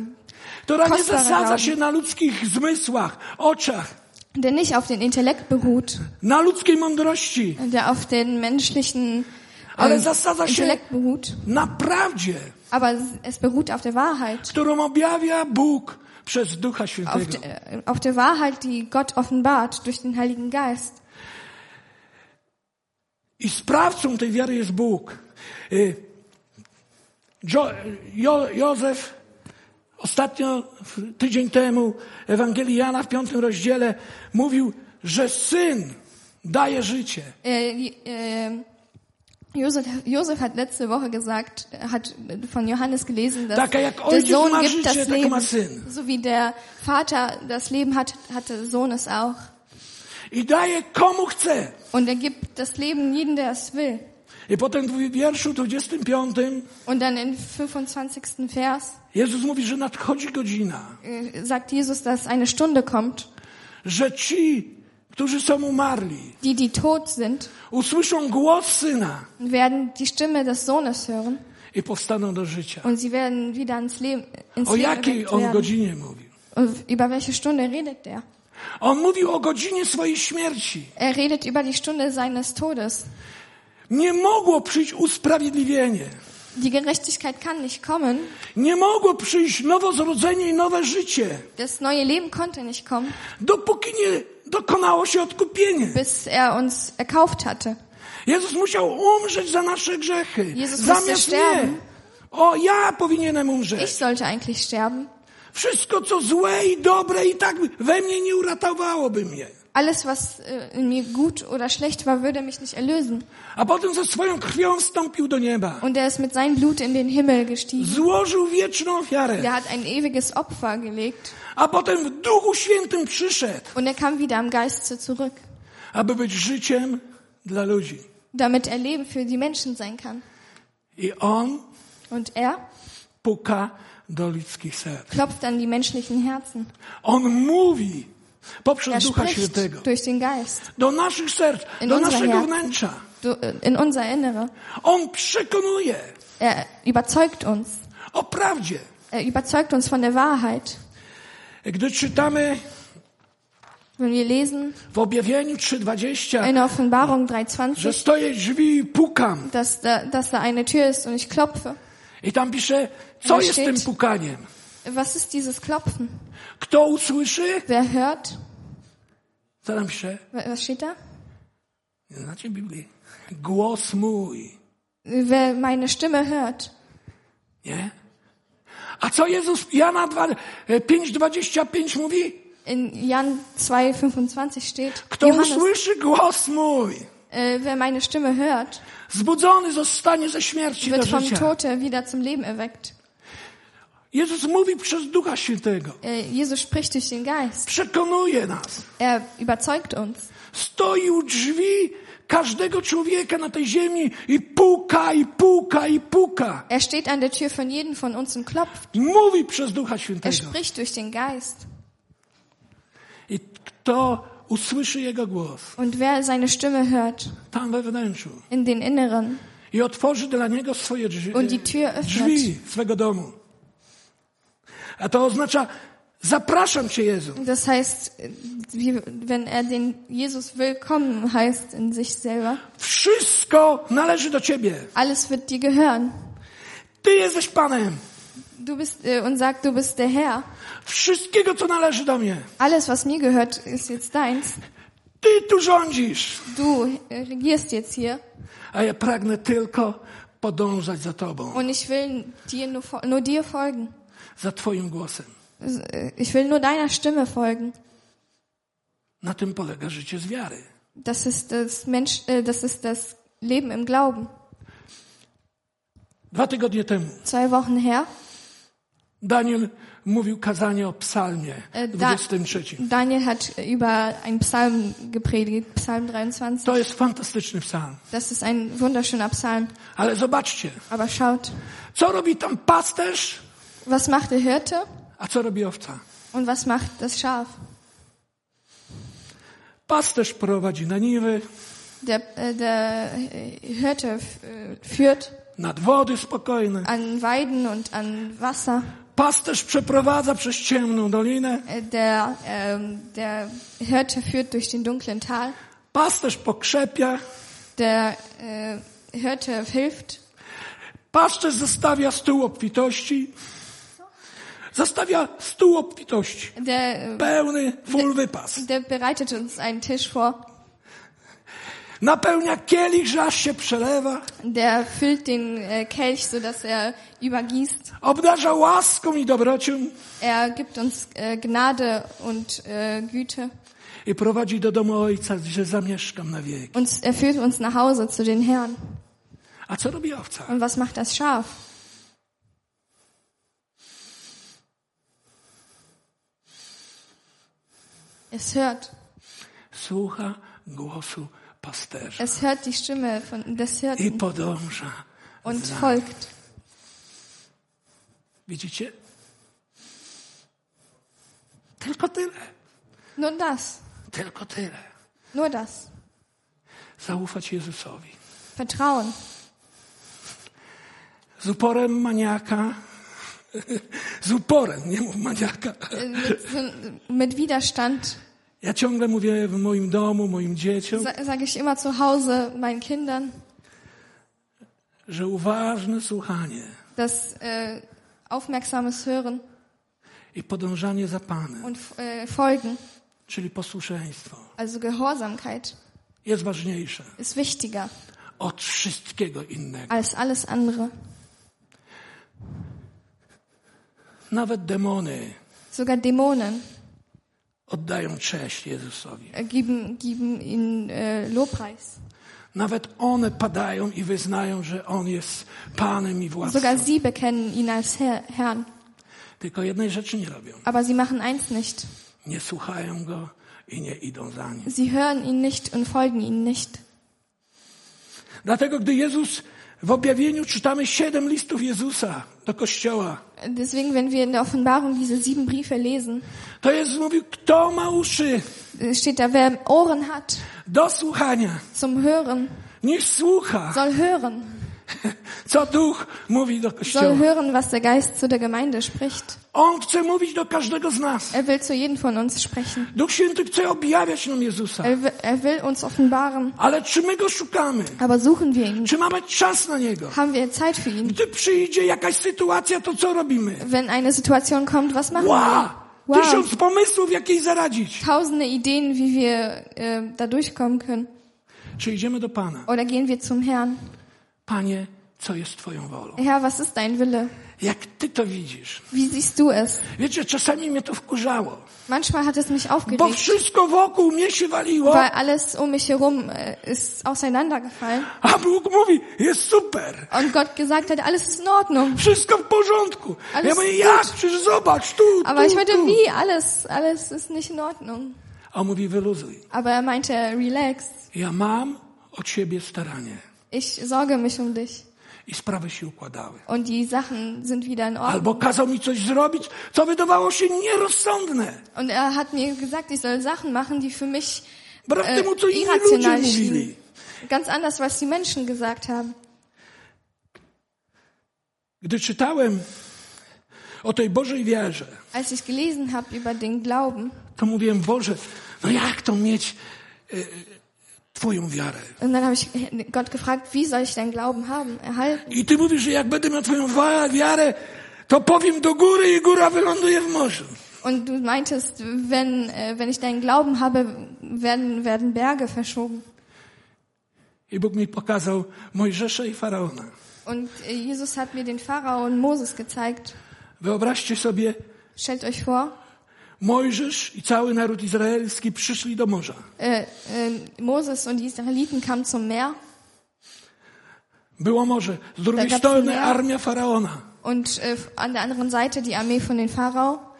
A: która nie
B: Kostbara
A: zasadza
B: dla
A: się na ludzkich zmysłach, oczach,
B: der nicht auf den Intellekt beruht,
A: na ludzkiej mądrości,
B: der auf den menschlichen
A: ale
B: ähm,
A: zasadza się
B: Intellekt beruht,
A: na prawdzie,
B: aber es beruht auf der Wahrheit.
A: którą objawia Bóg przez Ducha
B: Auf,
A: Świętego.
B: de, äh, auf der Wahrheit, die Gott offenbart durch den Heiligen Geist.
A: I sprawcą tej wiary jest Bóg. Y, Jo, jo, Józef ostatnio, w- tydzień temu, Ewangelii Jana w piątym rozdziale mówił, że syn daje życie.
B: Äh, äh, Josef, Josef hat letzte Woche gesagt, hat von Johannes gelesen, dass
A: Tak jak
B: der
A: ojciec
B: Sohn
A: ma
B: gibt
A: życie,
B: das
A: tak ma
B: Leben.
A: syn.
B: So wie der Vater das Leben hat, hat der Sohn es auch.
A: I daje komu chce.
B: Und er gibt das Leben jedem, der es will.
A: I potem w wierszu 25
B: Und dann im 25. Vers
A: Jezus mówi, że nadchodzi godzina,
B: äh, sagt Jesus, dass eine Stunde kommt,
A: że ci, którzy są umarli,
B: die, die tot sind,
A: usłyszą głos syna
B: werden die Stimme des Sohnes hören
A: i powstaną do życia.
B: und sie werden wieder ins Leben, ins
A: O
B: Leben
A: jakiej
B: erweckt
A: on
B: werden.
A: godzinie mówił?
B: Und über welche Stunde redet der?
A: On mówił o godzinie swojej śmierci.
B: Er redet über die Stunde seines Todes.
A: Nie mogło przyjść usprawiedliwienie.
B: Die Gerechtigkeit kann nicht kommen.
A: Nie mogło przyjść nowozrodzenie i nowe życie,
B: Das neue Leben konnte nicht kommen,
A: dopóki nie dokonało się odkupienie.
B: bis er uns erkauft hatte.
A: Jezus musiał umrzeć za nasze grzechy.
B: Jezus musste
A: Zamiast mnie.
B: sterben.
A: O, ja powinienem umrzeć.
B: Ich sollte eigentlich sterben.
A: Wszystko, co złe i dobre i tak we mnie nie uratowałoby mnie.
B: Alles, was äh, in mir gut oder schlecht war, würde mich nicht erlösen.
A: A potem ze swoją krwią wstąpił do nieba.
B: Und er ist mit seinem Blut in den Himmel gestiegen.
A: Złożył wieczną ofiarę.
B: Er hat ein ewiges Opfer gelegt.
A: A potem w Duchu Świętym przyszedł,
B: Und er kam wieder am Geiste zurück,
A: aby być życiem dla ludzi.
B: damit er Leben für die Menschen sein kann.
A: I On
B: Und er
A: puka do ludzkich serc.
B: klopft an die menschlichen Herzen.
A: On mówi poprzez
B: Er
A: Ducha
B: spricht
A: Świętego
B: durch den Geist
A: do naszych serc,
B: In
A: do
B: unsere
A: naszego
B: Herzen.
A: wnętrza.
B: du- äh, in unser Innere.
A: On przekonuje
B: Er überzeugt uns.
A: o prawdzie.
B: Er überzeugt uns von der Wahrheit.
A: Gdy czytamy
B: Wenn wir lesen
A: w Objawieniu 3.20,
B: in der Offenbarung
A: że
B: 3,20,
A: stoję drzwi i pukam.
B: dass da, dass da eine Tür ist und ich klopfe.
A: I tam pisze, co
B: Da
A: jest
B: steht-
A: tym pukaniem.
B: Was ist dieses Klopfen?
A: Kto usłyszy,
B: Wer hört?
A: co tam pisze?
B: Wa- Was steht da?
A: Nie znacie Biblii. Głos mój.
B: Wer meine Stimme hört.
A: Nie? A co Jezus Jana 2, e, 5,25 mówi?
B: In Jan 2,25 steht,
A: Kto
B: Johannes,
A: usłyszy głos mój,
B: äh, wer meine Stimme hört,
A: zbudzony zostanie ze śmierci do
B: wird vom
A: życia.
B: Tote wieder zum Leben erweckt.
A: Jezus mówi przez Ducha Świętego.
B: Äh, Jesus spricht durch den Geist.
A: Przekonuje nas.
B: Er überzeugt uns.
A: Stoi u drzwi każdego człowieka na tej ziemi i puka, i puka, i puka.
B: Er steht an der Tür von jedem von uns und klopft.
A: Mówi przez Ducha
B: Er
A: Świętego.
B: spricht durch den Geist.
A: I kto usłyszy Jego głos
B: Und wer seine Stimme hört,
A: tam we wnętrzu
B: in den Inneren,
A: i otworzy dla Niego swoje drzwi,
B: Und die Tür öffnet.
A: drzwi swego domu. A to oznacza, zapraszam Cię Jezu.
B: das heißt, äh, wie- wenn er den Jesus willkommen heißt in sich selber,
A: Wszystko należy do Ciebie.
B: alles wird dir gehören.
A: Ty jesteś Panem.
B: Du bist äh, und sagt, du bist der Herr.
A: Wszystkiego, co należy do mnie.
B: Alles, was mir gehört, ist jetzt deins.
A: Ty tu rządzisz.
B: Du äh, regierst jetzt hier
A: A ja pragnę tylko podążać za Tobą,
B: und ich will dir nur, fol- nur dir folgen.
A: za Twoim głosem.
B: Äh, Ich will nur deiner Stimme folgen.
A: Na tym polega życie z wiary.
B: Das ist das Mensch, äh, das ist das Leben im Glauben.
A: Dwa tygodnie temu
B: Zwei Wochen her,
A: Daniel mówił kazanie o psalmie
B: E, da-
A: 23.
B: Daniel hat über einen Psalm gepredigt, Psalm 23.
A: To jest fantastyczny psalm.
B: Das ist ein wunderschöner Psalm.
A: Ale zobaczcie,
B: Aber schaut,
A: co robi tam pasterz,
B: was macht der Hirte
A: a co robi owca.
B: und was macht das Schaf?
A: Pasterz prowadzi na niwy,
B: Der, äh, der äh, Hirte f- äh, führt
A: nad wody spokojne.
B: an Weiden und an Wasser.
A: Pasterz przeprowadza przez ciemną dolinę.
B: Äh, Der, ähm, der Hirte führt durch den dunklen Tal.
A: Pasterz pokrzepia.
B: Der äh, Hirte hilft.
A: Pasterz zostawia stół obfitości. Zostawia stół obfitości.
B: Der, äh,
A: Pełny, full wypas.
B: der bereitet uns einen Tisch vor.
A: Napełnia kielich, że aż się przelewa.
B: Der füllt den äh, Kelch, so dass er übergießt.
A: Obdarza łaską i dobrocią.
B: Er gibt uns äh, Gnade und äh, Güte.
A: I prowadzi do domu ojca, gdzie zamieszkam na wieki.
B: Und er führt uns nach Hause zu den Herren.
A: A co robi owca?
B: Und was macht das Schaf? Es hört.
A: Słucha głosu pasterza
B: Es hört die Stimme von, des
A: i
B: Hirten
A: podąża.
B: und folgt.
A: Widzicie? Tylko tyle.
B: Nur das.
A: Tylko tyle.
B: Nur das.
A: Zaufać Jezusowi.
B: Vertrauen.
A: Z uporem maniaka, Z uporem, nie mów maniaka.
B: Äh, mit, so- mit Widerstand
A: Ja ciągle mówię w moim domu, moim dzieciom,
B: sa- sage ich immer zu Hause meinen Kindern,
A: że uważne słuchanie
B: dass äh, aufmerksames Hören
A: i podążanie za Panem,
B: und äh, Folgen,
A: czyli posłuszeństwo,
B: also Gehorsamkeit,
A: jest ważniejsze
B: ist wichtiger
A: od wszystkiego innego.
B: als alles andere.
A: Nawet demony
B: Sogar Dämonen
A: oddają cześć Jezusowi.
B: äh, geben, geben ihnen äh, Lobpreis.
A: Nawet one padają i wyznają, że On jest Panem i władcą.
B: Sogar sie bekennen ihn als Herr, Herrn.
A: Tylko jednej rzeczy nie robią.
B: Aber sie machen eins nicht.
A: Nie słuchają Go i nie idą za Nim.
B: Sie hören ihn nicht und folgen ihm nicht.
A: Dlatego, gdy Jezus w objawieniu czytamy siedem listów Jezusa do Kościoła,
B: Deswegen, wenn wir in der Offenbarung diese sieben Briefe lesen,
A: to Jezus mówił, kto ma uszy
B: äh, steht da, wer Ohren hat
A: do słuchania,
B: zum Hören,
A: niech słucha,
B: soll hören.
A: co Duch mówi do
B: Soll
A: Kościoła.
B: hören, was der Geist zu der Gemeinde spricht.
A: On chce mówić do każdego z nas.
B: Er will zu jedem von uns sprechen.
A: Duch Święty chce objawiać nam Jezusa.
B: Er, wi- er will uns offenbaren.
A: Ale czy my Go szukamy?
B: Aber suchen wir ihn?
A: Czy mamy czas na Niego?
B: Haben wir Zeit für ihn?
A: Gdy przyjdzie jakaś sytuacja, to co robimy?
B: Wenn eine Situation kommt, was machen
A: Wow!
B: wir? Wow!
A: Tysiąc pomysłów, jak jej zaradzić.
B: Tausende Ideen, wie wir äh, da durchkommen können.
A: Czy idziemy do Pana?
B: Oder gehen wir zum Herrn?
A: Panie, co jest Twoją wolą?
B: Herr, was ist dein Wille?
A: Jak Ty to widzisz?
B: Wie siehst du es?
A: Wiecie, czasami mnie to wkurzało,
B: Manchmal hat es mich
A: bo
B: aufgeregt,
A: wszystko wokół mnie się waliło,
B: weil alles um mich herum äh, ist auseinandergefallen.
A: a Bóg mówi, jest super,
B: Und Gott gesagt hat, alles ist in Ordnung.
A: wszystko w porządku.
B: Ale
A: Ja mówię,
B: jest
A: jak? Przecież zobacz, tu,
B: Aber ich
A: tu,
B: meinte,
A: tu.
B: wie? Alles, alles ist nicht in Ordnung.
A: A on mówi, wyluzuj.
B: Aber er meinte, relax.
A: Ja mam o Ciebie staranie.
B: Ich sorge mich um dich.
A: I sprawy się układały.
B: Und die Sachen sind wieder in Ordnung.
A: Albo kazał mi coś zrobić, co wydawało się nierozsądne.
B: Und er hat mir gesagt, ich soll Sachen machen, die für mich
A: Wbrew
B: äh,
A: temu, co inni ludzie
B: irrational
A: mówili.
B: schienen. Ganz anders, was die Menschen gesagt haben.
A: Gdy czytałem o tej Bożej wierze,
B: Als ich gelesen habe über den Glauben,
A: to mówiłem, Boże, no jak to mieć e, e, Twoją wiarę?
B: und dann habe ich Gott gefragt, wie soll ich deinen Glauben haben, erhalten?
A: I Ty mówisz, że jak będę miał Twoją wa- wiarę, to powiem do góry i góra wyląduje w morzu.
B: Und du meintest, wenn, äh, wenn ich deinen Glauben habe, werden, werden Berge verschoben.
A: I Bóg mi pokazał Mojżesza i Faraona.
B: Und äh, Jesus hat mir den Pharao und Moses gezeigt.
A: Wyobraźcie sobie,
B: Stellt euch vor,
A: Mojżesz i cały naród izraelski przyszli do morza.
B: äh, äh, Moses und die Israeliten kamen zum Meer
A: Było morze, z drugiej
B: Taka
A: strony
B: przymiar-
A: armia Faraona.
B: und äh, an der anderen Seite die Armee von den Pharao.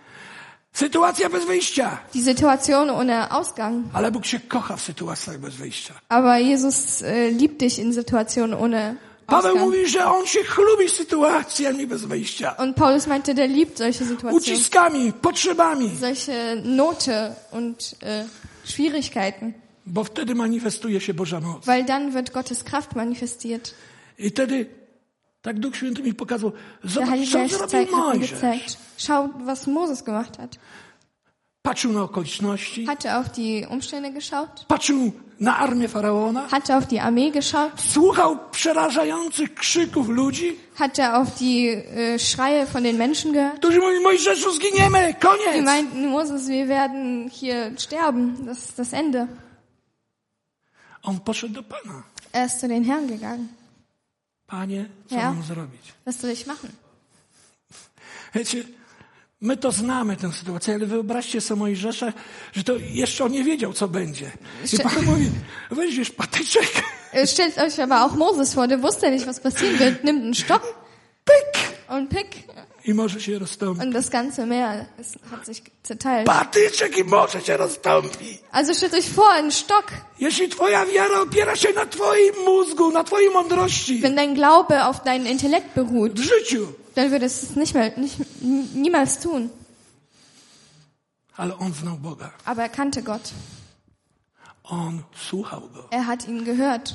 A: Sytuacja bez wyjścia,
B: Die Situation ohne Ausgang.
A: ale Bóg się kocha w sytuacjach bez wyjścia.
B: Aber Jesus äh, liebt dich in Situationen ohne
A: Paweł
B: Ausgang.
A: mówi, że on się chlubi sytuacjami bez wyjścia,
B: Und Paulus meinte, der liebt solche Situationen,
A: uciskami, potrzebami,
B: solche Note und äh, Schwierigkeiten,
A: bo wtedy manifestuje się Boża moc.
B: weil dann wird Gottes Kraft manifestiert.
A: I wtedy tak Duch Święty mi pokazał,
B: Der
A: zobacz,
B: Heilige
A: co
B: Geist
A: zrobił
B: zeigt, hat ihm
A: Mojżesz.
B: gezeigt. Schau, was Moses gemacht hat.
A: Patrzył na okoliczności,
B: Hat er auf die Umstände geschaut?
A: patrzył na armię Faraona,
B: Hat er auf die Armee geschaut?
A: słuchał przerażających krzyków ludzi,
B: Hat er auf die äh, Schreie von den Menschen gehört?
A: którzy mówili, Mojżeszu, zginiemy,
B: Die
A: koniec!
B: meinten, Moses, wir werden hier sterben. Das ist das Ende.
A: On poszedł do Pana.
B: Er ist zu den Herren gegangen.
A: Panie, co
B: Ja.
A: mam zrobić?
B: Was soll ich machen?
A: Wiecie, my to znamy tę sytuację, ale wyobraźcie sobie Mojżesza, że to jeszcze on nie wiedział, co będzie. I
B: Jeszcze-
A: Pan mówi, weźmiesz patyczek,
B: Äh, Stellt euch aber auch Moses vor, der wusste nicht, was passieren wird. Nimmt einen Stock
A: pyk
B: und pick.
A: i może się rozstąpi.
B: Und das ganze Meer es hat sich zerteilt.
A: Patyczek i może się rozstąpi.
B: Also stellt euch vor, einen Stock.
A: Jeśli twoja wiara opiera się na twoim mózgu, na twojej mądrości
B: Wenn dein Glaube auf deinen Intellekt beruht,
A: w życiu,
B: dann würdest du es nicht mehr, nicht, n- niemals tun.
A: ale on znał Boga.
B: Aber er kannte Gott.
A: On słuchał go
B: Er hat ihn gehört.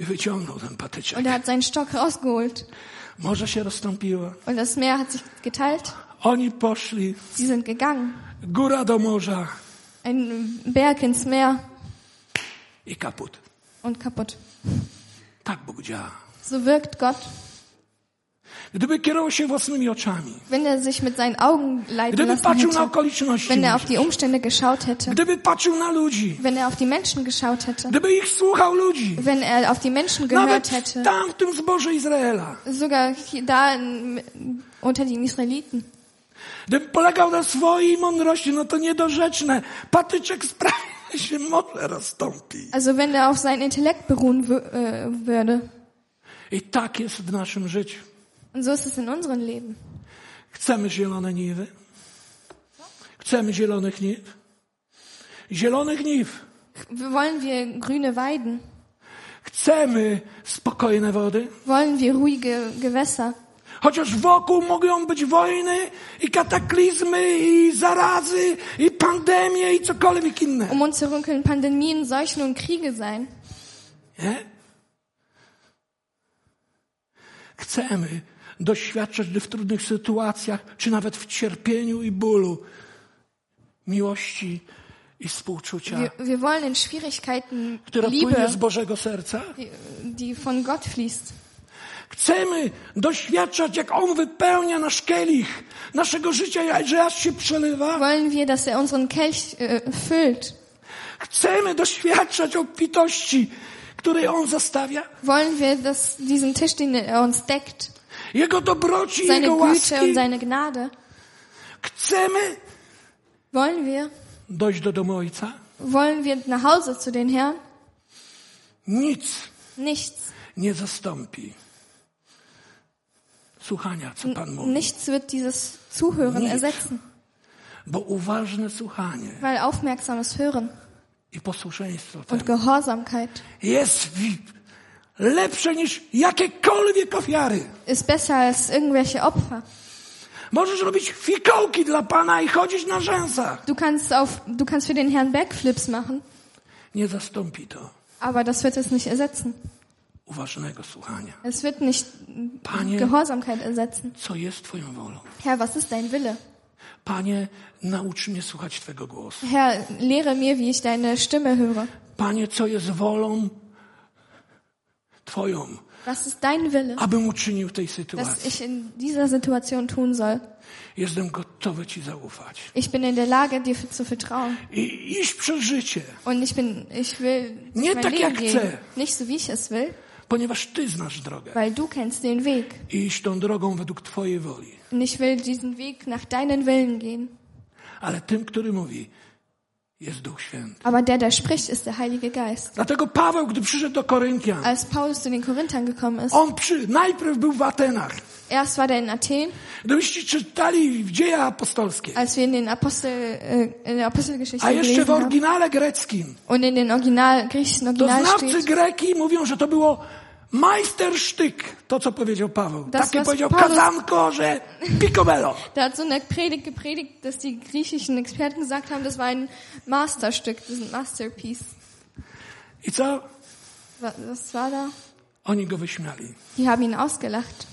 A: i wyciągnął ten
B: Und
A: patyczek.
B: er hat seinen Stock rausgeholt.
A: Morze się rozstąpiło.
B: Und das Meer hat sich geteilt.
A: Oni poszli.
B: Sie sind gegangen.
A: Góra do morza
B: Ein Berg ins Meer
A: i kaput.
B: und kaputt.
A: Tak Bóg działa.
B: So wirkt Gott.
A: Gdyby kierował się własnymi oczami,
B: Wenn er sich mit seinen Augen leiten
A: gdyby
B: lassen
A: patrzył na
B: hätte,
A: okoliczności,
B: wenn er auf die Umstände geschaut hätte,
A: gdyby patrzył na ludzi,
B: wenn er auf die Menschen geschaut hätte,
A: gdyby ich słuchał ludzi,
B: wenn er auf die Menschen
A: nawet
B: gehört hätte,
A: tam w tym zboże Izraela,
B: sogar hier, da in, unter den Israeliten.
A: gdyby polegał na swojej mądrości, no to niedorzeczne. Patyczek sprawie się może rozstąpi.
B: Also wenn er auf seinen Intellekt beruhen wü- äh, würde.
A: I tak jest w naszym życiu.
B: Und so ist es in unserem Leben.
A: Chcemy zielone niwy. Chcemy zielonych niw. Zielonych niw.
B: Wollen wir grüne Weiden?
A: Chcemy spokojne wody.
B: Wollen wir ruhige Gewässer?
A: Chociaż wokół mogą być wojny i kataklizmy i zarazy i pandemie i cokolwiek inne.
B: Um uns herum können Pandemien, Seuchen und Kriege sein.
A: Nie? Chcemy doświadczać gdy w trudnych sytuacjach, czy nawet w cierpieniu i bólu, miłości i współczucia,
B: Wir, wir wollen in Schwierigkeiten
A: która płynie z
B: Liebe,
A: Bożego serca.
B: die, die von Gott fließt.
A: Chcemy doświadczać, jak On wypełnia nasz kielich naszego życia, że aż się przelewa.
B: Wollen wir, dass er unseren Kelch äh, füllt?
A: Chcemy doświadczać obfitości, której On zastawia,
B: Wollen wir, dass diesen Tisch, den er uns deckt,
A: Jego dobroci,
B: seine
A: Jego
B: Güte und
A: łaski.
B: seine Gnade?
A: Chcemy
B: Wollen wir?
A: dojść do domu Ojca.
B: Wollen wir nach Hause zu den Herrn?
A: Nic
B: Nichts.
A: nie zastąpi słuchania, co Pan mówi.
B: Nichts wird dieses Zuhören
A: Nichts.
B: ersetzen,
A: Bo uważne słuchanie
B: weil aufmerksames Hören
A: i posłuszeństwo temu
B: und Gehorsamkeit
A: jest w- lepsze niż jakiekolwiek ofiary.
B: ist besser als irgendwelche Opfer.
A: Możesz robić fikołki dla Pana i chodzić na rzęsach.
B: Du kannst auf, du kannst für den Herrn Backflips machen,
A: Nie zastąpi to
B: aber das wird es nicht ersetzen.
A: uważnego słuchania.
B: Es wird nicht
A: Panie.
B: Gehorsamkeit ersetzen.
A: Co jest Twoją wolą?
B: Herr, was ist dein Wille?
A: Panie, naucz mnie słuchać Twego głosu.
B: Herr, lehre mir, wie ich deine Stimme höre.
A: Panie, co jest wolą Twoją,
B: Was ist dein Wille,
A: abym uczynił tej
B: dass
A: sytuacji?
B: ich in dieser Situation tun soll?
A: Jestem gotowy Ci zaufać.
B: Ich bin in der Lage, dir zu vertrauen.
A: I iść przez życie,
B: Und ich bin, ich will
A: Nie
B: mein
A: tak,
B: Leben
A: jak
B: gehen.
A: chcę.
B: Nicht so, wie ich es will,
A: ponieważ Ty znasz drogę.
B: weil du kennst den Weg.
A: I iść tą drogą według Twojej woli.
B: Und ich will diesen Weg nach deinen Willen gehen.
A: Ale tym, który mówi, jest Duch Święty.
B: Aber der, der spricht, ist der Heilige Geist.
A: Dlatego Paweł, gdy przyszedł do Koryntian,
B: Als Paulus zu den Korinthern gekommen ist,
A: on przy, najpierw był w Atenach.
B: erst war er in Athen,
A: Gdybyście czytali w dzieje apostolskie,
B: als wir in den Apostel, äh, in der Apostelgeschichte
A: a jeszcze
B: gelesen
A: w
B: haben.
A: oryginale greckim,
B: Und in den Original, griechischen
A: to
B: Original
A: znawcy
B: steht,
A: Greki mówią, że to było majstersztyk, to co powiedział Paweł.
B: Das,
A: Takie
B: was
A: powiedział
B: Paweł-
A: kazanko, że picobello.
B: da hat so eine Predigt gepredigt, dass die griechischen Experten gesagt haben, das war ein Masterstück, das ist ein Masterpiece.
A: I co?
B: Wa- Was war da?
A: Oni go wyśmiali.
B: Die haben ihn ausgelacht.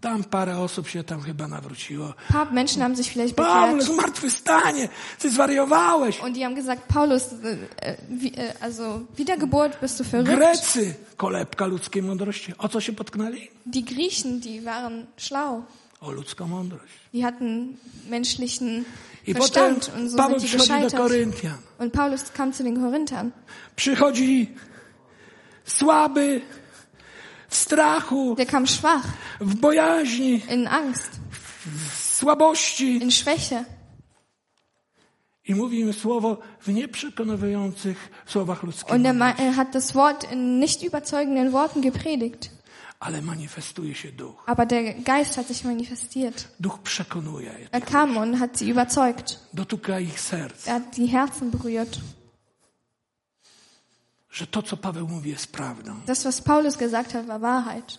A: Tam parę osób się tam chyba nawróciło.
B: Ein paar Menschen haben sich vielleicht
A: Paweł,
B: bekehrt.
A: zmartwychwstanie, ty zwariowałeś.
B: Und die haben gesagt, Paulus, äh, äh, wie, äh, also Wiedergeburt, bist du verrückt?
A: Grecy, kolebka ludzkiej mądrości. O co się potknęli?
B: Die Griechen, die waren schlau.
A: O ludzką mądrość.
B: Die hatten menschlichen
A: I potem
B: Verstand und so
A: Paweł
B: sind die
A: przychodzi do
B: gescheitert.
A: Koryntian.
B: Und Paulus kam zu den Korinthern.
A: Przychodzi słaby, w strachu,
B: Der kam schwach,
A: w bojaźni,
B: in Angst,
A: w słabości
B: in Schwäche.
A: i mówi im słowo w nieprzekonujących słowach ludzkich,
B: Und er, mei- er hat das Wort in nicht überzeugenden Worten gepredigt.
A: ale manifestuje się Duch.
B: Aber der Geist hat sich manifestiert.
A: Duch przekonuje,
B: Er kam und hat sie überzeugt.
A: dotyka ich serc,
B: Er hat die Herzen berührt.
A: że to, co Paweł mówi, jest prawdą.
B: Das, was Paulus gesagt hat, war Wahrheit.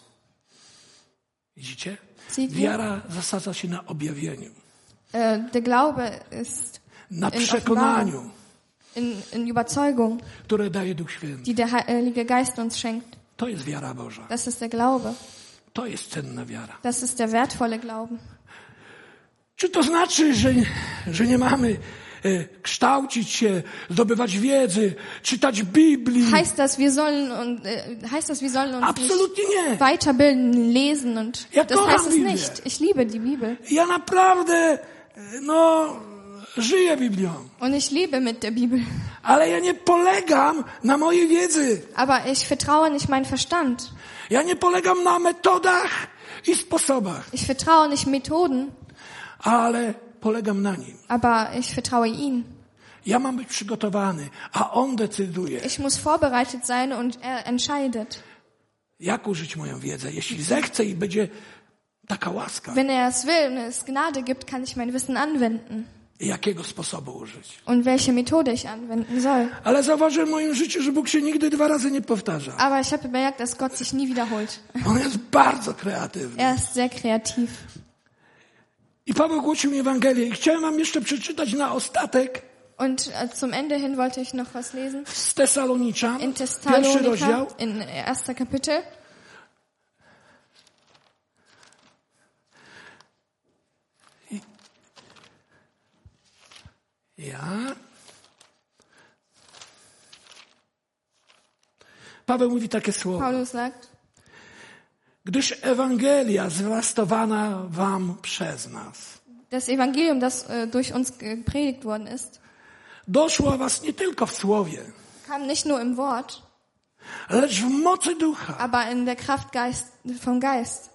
A: Widzicie?
B: Widzicie?
A: Wiara zasadza się na objawieniu,
B: Äh, der Glaube ist
A: na
B: In
A: przekonaniu,
B: in, in Überzeugung,
A: które daje Duch Święty.
B: die der Heilige Geist uns schenkt.
A: To jest wiara Boża.
B: Das ist der Glaube.
A: To jest cenna wiara.
B: Das ist der wertvolle Glauben.
A: Czy to znaczy, że, że nie mamy e, kształcić się, zdobywać wiedzy, czytać Biblii?
B: Heißt das, wir sollen, und, äh, heißt das, wir sollen uns nicht
A: Absolutnie nie.
B: weiterbilden, lesen und
A: Ja,
B: das
A: kocham
B: heißt es
A: Biblię.
B: nicht. Ich liebe die Bibel
A: Ja naprawdę, e, no, żyję Biblią,
B: und ich lebe mit der Bibel.
A: ale ja nie polegam na mojej wiedzy.
B: Aber ich vertraue nicht meinem Verstand.
A: Ja nie polegam na metodach i sposobach,
B: Ich vertraue nicht Methoden,
A: ale polegam na nim.
B: aber ich vertraue ihm.
A: Ja mam być przygotowany, a on decyduje,
B: Ich muss vorbereitet sein und er entscheidet.
A: jak użyć moją wiedzę, jeśli zechce i będzie taka łaska.
B: Wenn er es will und es Gnade gibt, kann ich mein Wissen anwenden
A: Jakiego sposobu użyć?
B: und welche Methode ich anwenden soll.
A: Ale zauważyłem w moim życiu, że Bóg się nigdy dwa razy nie powtarza.
B: Aber ich habe bemerkt, dass Gott sich nie wiederholt.
A: On jest bardzo kreatywny.
B: Er ist sehr kreativ.
A: I Paweł głosił mi Ewangelię i chciałem wam jeszcze przeczytać na ostatek
B: Und äh, zum Ende hin wollte ich noch was lesen.
A: z Tesalonicza,
B: In
A: pierwszy rozdział,
B: Thessalonica, in erster Kapitel,
A: Ja. Paweł mówi takie słowa.
B: Paulus sagt,
A: Gdyż Ewangelia zwiastowana wam przez nas
B: das Evangelium, das äh, durch uns gepredigt worden ist,
A: doszła was nie tylko w słowie,
B: kam nicht nur im Wort,
A: lecz w mocy ducha,
B: aber in der Kraft Geist, vom Geist.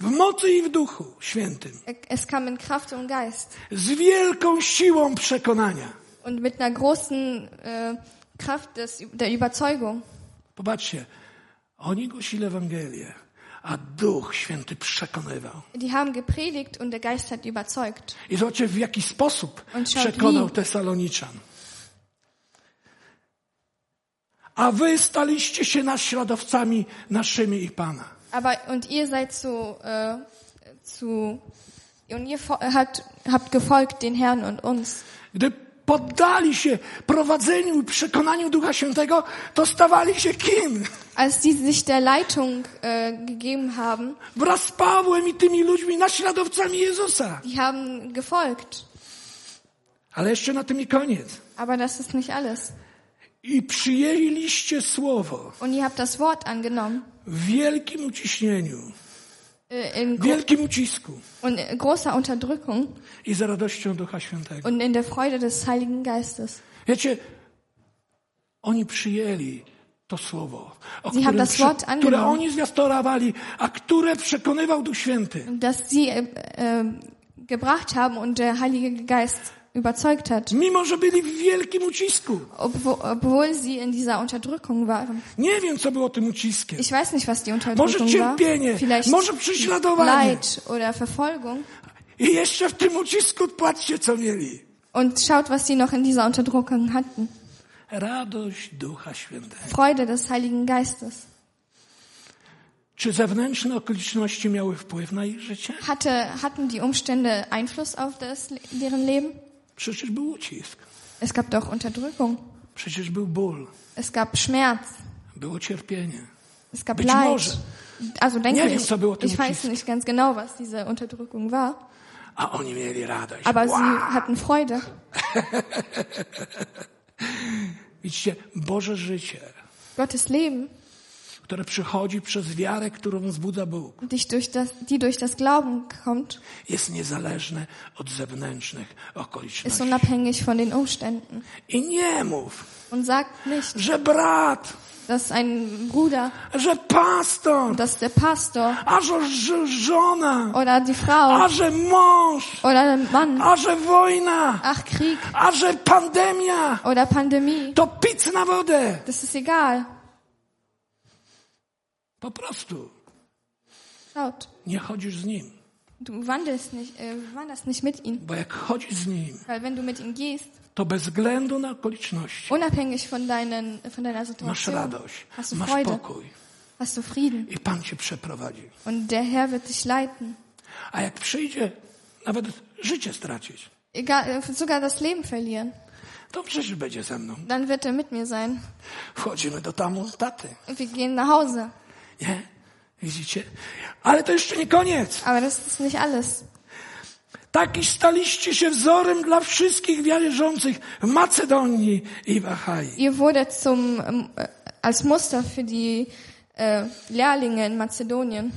A: w mocy i w duchu świętym,
B: Es kam in Kraft und Geist
A: z wielką siłą przekonania.
B: und mit einer großen äh, Kraft des, der Überzeugung.
A: Popatrzcie, oni głosili Ewangelię, a Duch Święty przekonywał.
B: Die haben gepredigt und der Geist hat überzeugt.
A: I zobaczcie, w jaki sposób
B: On shall
A: przekonał
B: lead.
A: Tesaloniczan. A wy staliście się naśladowcami naszymi i Pana.
B: Aber und ihr seid zu äh, zu und ihr fo- hat, habt gefolgt den Herrn und uns.
A: Gdy poddali się prowadzeniu i przekonaniu Ducha Świętego, to stawali się kim?
B: Als die sich der Leitung äh, gegeben haben,
A: Wraz z Pawłem i tymi ludźmi naśladowcami Jezusa.
B: die haben gefolgt.
A: Ale jeszcze na tym nie koniec.
B: Aber das ist nicht alles.
A: I przyjęliście słowo
B: Und ihr habt das Wort angenommen
A: w wielkim uciśnieniu,
B: äh, in
A: w
B: gro
A: wielkim ucisku
B: und in großer Unterdrückung
A: i z radością Ducha Świętego.
B: und in der Freude des Heiligen Geistes.
A: Wiecie, oni przyjęli to słowo, o
B: Sie haben
A: którym
B: das Wort
A: prze- które
B: angenommen.
A: oni zwiastorowali, a które przekonywał Duch Święty.
B: Dass sie äh, äh, gebracht haben und der Heilige Geist überzeugt hat,
A: Mimo, że byli w wielkim ucisku.
B: obwo- obwohl sie in dieser Unterdrückung waren.
A: Nie wiem, co było tym uciskiem.
B: Ich weiß nicht, was die
A: Może
B: Unterdrückung
A: cierpienie,
B: war. Vielleicht
A: może prześladowanie.
B: Leid oder Verfolgung.
A: I jeszcze w tym ucisku płaczcie, co mieli.
B: Und schaut, was sie noch in dieser Unterdrückung hatten.
A: Radość Ducha Świętego.
B: Freude des Heiligen Geistes.
A: Czy zewnętrzne okoliczności miały wpływ na ich życie?
B: Hatte, hatten die Umstände Einfluss auf das, deren Leben?
A: Przecież był ucisk,
B: Es gab doch Unterdrückung.
A: przecież był ból,
B: Es gab Schmerz.
A: było cierpienie.
B: Es gab
A: Być
B: Leid.
A: może.
B: Also denke
A: Nie wiem,
B: ich,
A: co było tym
B: ich weiß
A: uciskiem.
B: nicht ganz genau, was diese Unterdrückung war.
A: A oni mieli radość.
B: Aber
A: Wow!
B: sie hatten Freude.
A: Widzicie, Boże życie,
B: Gottes Leben,
A: które przychodzi przez wiarę, którą wzbudza Bóg,
B: die durch das, die durch das Glauben kommt,
A: jest niezależne od zewnętrznych
B: ist
A: okoliczności.
B: unabhängig von den Umständen.
A: I nie mów,
B: Und sagt nicht,
A: że brat,
B: dass ein Bruder,
A: że pastor,
B: dass der Pastor
A: a że ż- żona,
B: oder die Frau
A: a że mąż,
B: oder der Mann,
A: a że wojna,
B: ach Krieg
A: a że pandemia,
B: oder Pandemie,
A: to pic na wodę.
B: das ist egal.
A: Po prostu
B: Schaut,
A: nie chodzisz z nim,
B: du wandelst nicht, äh, wanderst nicht mit ihm.
A: bo jak chodzisz z nim,
B: Weil wenn du mit ihm gehst,
A: to bez względu na okoliczności
B: unabhängig von, deinen, von deiner
A: masz
B: Situation,
A: radość,
B: hast du
A: masz
B: Freude,
A: pokój
B: hast du Frieden.
A: i Pan cię przeprowadzi.
B: Und der Herr wird dich leiten.
A: A jak przyjdzie nawet życie stracić,
B: Egal, äh, sogar das Leben verlieren.
A: to przecież będzie ze mną.
B: Dann wird er mit mir sein.
A: Wchodzimy do tamu taty.
B: Und wir gehen nach Hause.
A: Nie? Widzicie? Ale to jeszcze nie koniec.
B: Aber das ist nicht alles.
A: Tak i staliście się wzorem dla wszystkich wierzących w Macedonii i w Achai.
B: Ihr wurdet zum, ähm, als Muster für die äh, Lehrlinge in Mazedonien.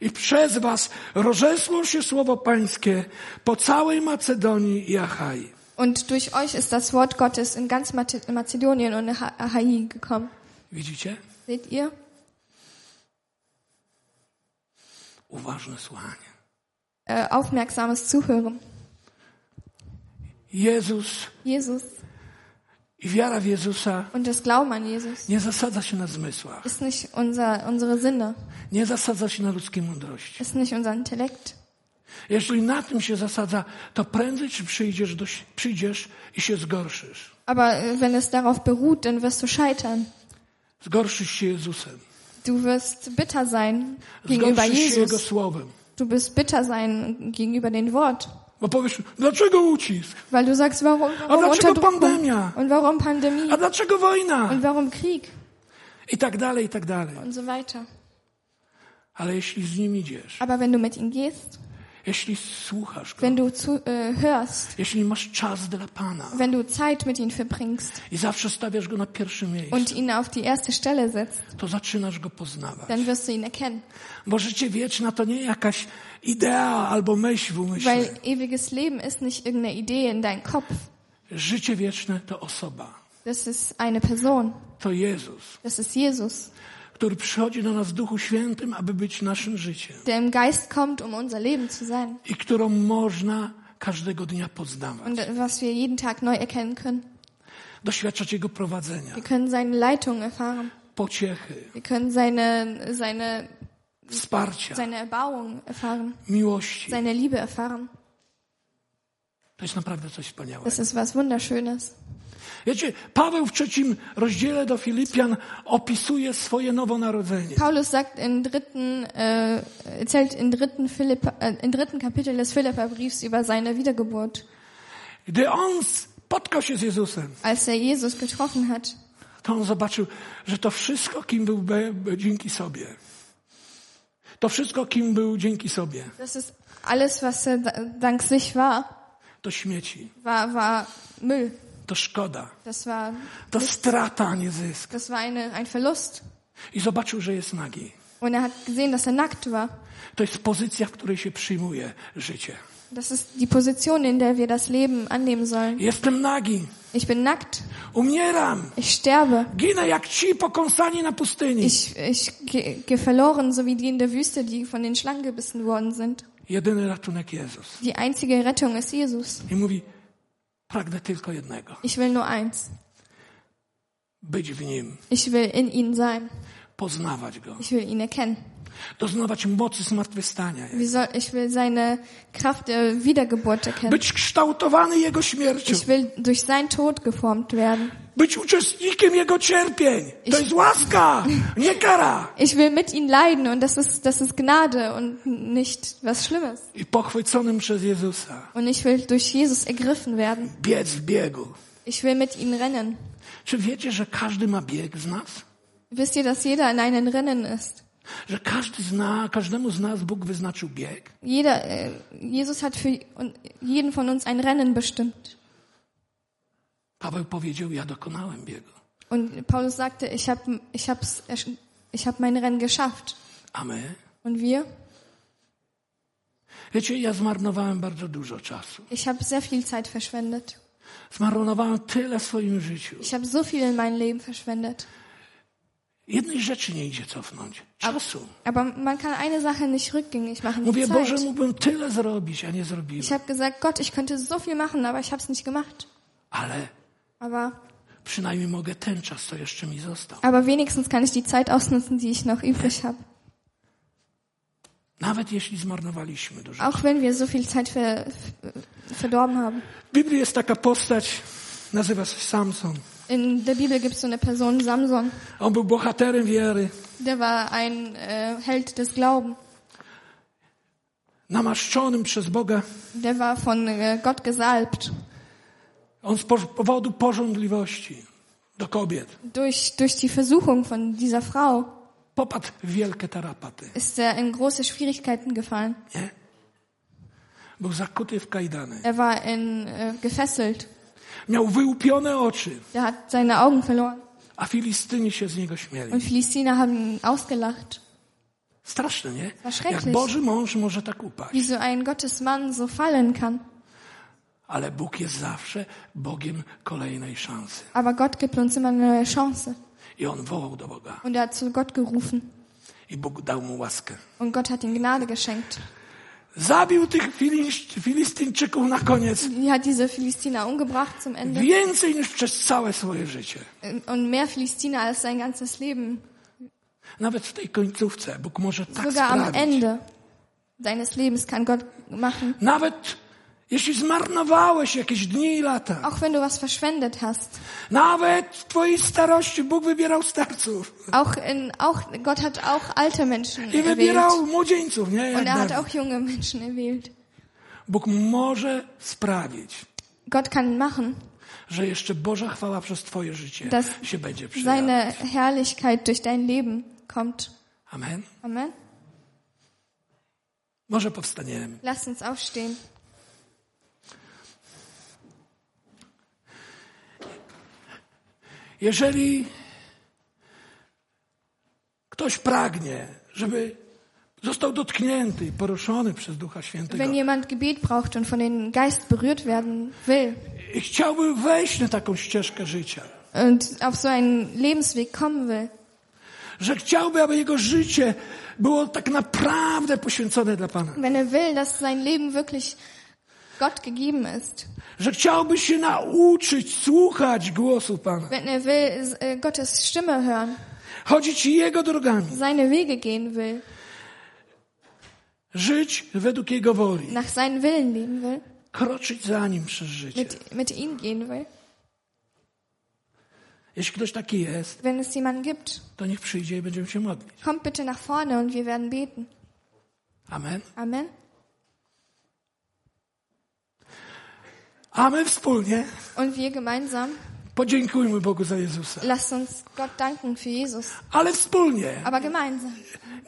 A: I przez was rozesło się słowo pańskie po całej Macedonii i Achai.
B: Und durch euch ist das Wort Gottes in ganz Mate- Mazedonien und Ha- Achaii gekommen.
A: Widzicie?
B: Seht ihr?
A: Uważne słuchanie.
B: Äh, aufmerksames Zuhören.
A: Jezus
B: Jesus
A: i wiara w Jezusa
B: und das Glauben an Jesus
A: nie zasadza się na zmysłach,
B: ist nicht unser, unsere Sinne,
A: nie zasadza się na ludzkiej mądrości.
B: ist nicht unser Intellekt.
A: Jeżeli na tym się zasadza, to prędzej czy przyjdziesz, do, si- przyjdziesz i się zgorszysz.
B: Aber äh, wenn es darauf beruht, dann wirst du scheitern.
A: Zgorszysz się Jezusem.
B: Du wirst bitter sein gegenüber
A: Zgorszysz się Jego
B: Jesus.
A: słowem.
B: Du wirst bitter sein gegenüber den Wort.
A: Bo powiesz, dlaczego ucisk?
B: Weil du sagst, warum, warum
A: dlaczego
B: Unterdrückung?
A: Pandemia?
B: Und warum Pandemie?
A: A dlaczego wojna?
B: Und warum Krieg?
A: I tak dalej, i tak dalej.
B: Und so weiter.
A: Ale jeśli z Nim idziesz,
B: Aber wenn du mit ihm gehst,
A: jeśli słuchasz Go,
B: wenn du zu, äh, hörst,
A: jeśli masz czas dla Pana
B: wenn du Zeit mit ihm verbringst
A: i zawsze stawiasz Go na pierwszym miejscu,
B: und ihn auf die erste Stelle setzt,
A: to zaczynasz Go poznawać.
B: dann wirst du ihn erkennen.
A: Bo życie wieczne to nie jakaś idea albo myśl w umyśle.
B: Weil ewiges Leben ist nicht irgendeine Idee in deinem Kopf.
A: Życie wieczne to osoba.
B: Das ist eine Person.
A: To Jezus,
B: Das ist Jesus,
A: który przychodzi do nas w Duchu Świętym, aby być naszym życiem.
B: der im Geist kommt, um unser Leben zu sein.
A: I którą można każdego dnia poznawać.
B: Und was wir jeden Tag neu erkennen können.
A: Doświadczać Jego prowadzenia,
B: Wir können seine Leitung erfahren.
A: pociechy,
B: Wir können seine, seine,
A: wsparcia,
B: seine Erbauung erfahren.
A: miłości.
B: Seine Liebe erfahren.
A: To jest naprawdę coś wspaniałego.
B: Das ist was Wunderschönes.
A: Wiecie, Paweł w trzecim rozdziale do Filipian opisuje swoje nowonarodzenie.
B: Paulus sagt im dritten, äh, erzählt im dritten, Philipp, äh, im dritten Kapitel des Philipperbriefs über seine Wiedergeburt.
A: Gdy on spotkał się z Jezusem,
B: Als er Jesus getroffen hat,
A: to on zobaczył, że to wszystko, kim był be, be, dzięki sobie. To wszystko, kim był dzięki sobie,
B: das ist alles, was er da- dank sich war,
A: to śmieci,
B: war, war Müll.
A: to szkoda,
B: Das war,
A: to strata, a nie zysk.
B: das war eine, ein Verlust.
A: I zobaczył, że jest nagi.
B: Und er hat gesehen, dass er nackt war.
A: To jest pozycja, w której się przyjmuje życie.
B: Das ist die Position, in der wir das Leben annehmen sollen.
A: Jestem nagi,
B: Ich bin nackt.
A: umieram,
B: Ich sterbe.
A: ginę jak ci pokąsani na pustyni.
B: Ich, ich ge- gehe verloren, so wie die in der Wüste, die von den Schlangen gebissen worden sind.
A: Jedyny ratunek Jezus.
B: Die einzige Rettung ist Jesus.
A: I mówi, pragnę tylko jednego,
B: Ich will nur eins.
A: być w Nim,
B: Ich will in ihn sein.
A: poznawać Go,
B: Ich will ihn erkennen.
A: doznawać mocy zmartwychwstania, Jego.
B: Wie soll, ich will seine Kraft der Wiedergeburt erkennen.
A: być kształtowany Jego śmiercią.
B: Ich will durch seinen Tod geformt werden.
A: Być uczestnikiem Jego cierpień. To jest łaska, nie kara.
B: Ich will mit ihm leiden und das ist, das ist Gnade und nicht was Schlimmes.
A: I pochwyconym przez Jezusa.
B: Und ich will durch Jesus ergriffen werden.
A: Biec w biegu.
B: Ich will mit ihm rennen.
A: Czy wiecie, że każdy ma bieg z nas?
B: Wisst ihr, dass jeder in einem Rennen ist?
A: Że każdy zna, każdemu z nas Bóg wyznaczył bieg?
B: Jeder, äh, Jesus hat für un- jeden von uns ein Rennen bestimmt.
A: Paweł powiedział, ja dokonałem biegu.
B: Und Paulus sagte, ich habe ich hab's, ersch- ich hab mein Rennen geschafft.
A: A my?
B: Und wir?
A: Wiecie, ja zmarnowałem bardzo dużo czasu.
B: Ich habe sehr viel Zeit verschwendet.
A: Zmarnowałem tyle w swoim życiu.
B: Ich habe so viel in meinem Leben verschwendet.
A: Jednej rzeczy nie idzie cofnąć. Czasu.
B: Aber man kann eine Sache nicht rückgängig machen. Die
A: Mówię, Boże,
B: Zeit.
A: mógłbym tyle zrobić, a nie zrobiłem.
B: Ich habe gesagt, Gott, ich könnte so viel machen, aber ich habe es nicht gemacht.
A: Ale
B: Aber,
A: przynajmniej mogę ten czas, co jeszcze mi został.
B: aber wenigstens kann ich die Zeit ausnutzen, die ich noch übrig habe.
A: Nawet jeśli zmarnowaliśmy dużo.
B: Auch wenn wir so viel Zeit ver, ver- verdorben haben.
A: W Biblii jest taka postać, nazywa się Samson.
B: In der Bibel gibt es so eine Person, Samson.
A: On był bohaterem wiary,
B: Der war ein äh, Held des Glauben.
A: namaszczonym przez Boga.
B: Der war von äh, Gott gesalbt.
A: On z po- powodu pożądliwości do kobiet
B: Durch, durch die Versuchung von dieser Frau
A: popadł w wielkie tarapaty.
B: ist er in große Schwierigkeiten gefallen.
A: Nie? Był zakuty w kajdany.
B: Er war in, äh, gefesselt.
A: Miał wyłupione oczy,
B: Er hat seine Augen verloren.
A: a Filistyni się z niego
B: Und
A: śmieli.
B: Philister haben ihn ausgelacht.
A: Straszne, nie?
B: war schrecklich.
A: Jak Boży mąż może tak upaść.
B: Wie so ein Gottesmann so fallen kann.
A: Ale Bóg jest zawsze Bogiem kolejnej szansy.
B: Aber Gott gibt uns immer eine neue Chance.
A: I on wołał do Boga.
B: Und er hat zu Gott gerufen.
A: I Bóg dał mu łaskę.
B: Und Gott hat ihm Gnade geschenkt.
A: Zabił tych Filisz- Filistyńczyków na koniec
B: Die hat diese Philistiner umgebracht zum Ende. Ähm,
A: więcej niż przez całe swoje życie.
B: Und mehr Philistiner als sein ganzes Leben.
A: Nawet w tej końcówce Bóg może tak
B: Sogar am
A: sprawić.
B: Ende seines Lebens kann Gott machen.
A: Nawet jeśli zmarnowałeś jakieś dni i lata.
B: Auch wenn du was verschwendet hast.
A: Nawet w twojej starości Bóg wybierał starców.
B: Auch in, auch, Gott hat auch alte Menschen
A: I
B: erwählt.
A: wybierał młodzieńców, nie? Jak
B: Und er hat
A: Dawid.
B: auch junge Menschen erwählt.
A: Bóg może sprawić,
B: Gott kann machen.
A: że jeszcze Boża chwała przez twoje życie
B: Das-
A: się będzie przydała.
B: Seine Herrlichkeit durch dein Leben kommt.
A: Amen.
B: Amen.
A: Może powstaniemy.
B: Lasst uns aufstehen.
A: Jeżeli ktoś pragnie, żeby został dotknięty i poruszony przez Ducha Świętego
B: Wenn jemand Gebet braucht und von dem Geist berührt werden will
A: i chciałby wejść na taką ścieżkę życia,
B: und auf so einen Lebensweg kommen will,
A: że chciałby, aby jego życie było tak naprawdę poświęcone dla Pana,
B: wenn er will, dass sein Leben wirklich Gott gegeben ist,
A: że chciałby się nauczyć słuchać głosu Pana,
B: wenn er will, äh, Gottes Stimme hören,
A: chodzić Jego drogami,
B: seine Wege gehen will, żyć
A: według Jego woli,
B: nach seinem Willen leben will,
A: kroczyć za Nim przez życie.
B: mit, mit ihm gehen will,
A: Jeśli ktoś taki jest,
B: wenn es jemanden gibt,
A: to niech przyjdzie i będziemy się modlić.
B: kommt bitte nach vorne und wir werden beten.
A: Amen.
B: Amen.
A: A my wspólnie
B: Und wir gemeinsam,
A: podziękujmy Bogu za Jezusa.
B: lasst uns Gott danken für Jesus,
A: Ale wspólnie.
B: aber gemeinsam.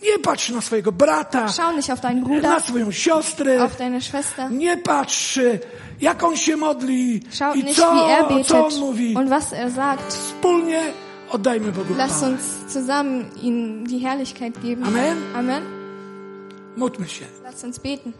A: Nie patrz na swojego brata,
B: Schau nicht auf deinen
A: na
B: Bruder,
A: swoją siostrę.
B: auf deine Schwester.
A: Nie patrz, y, jak on się modli
B: Schaut
A: i
B: nicht, wie er
A: co, co on mówi.
B: betet und was er sagt.
A: Wspólnie oddajmy Bogu
B: Lasst
A: chwałę.
B: uns zusammen ihm die Herrlichkeit geben.
A: Amen.
B: Amen.
A: Módlmy się.
B: Lasst uns beten.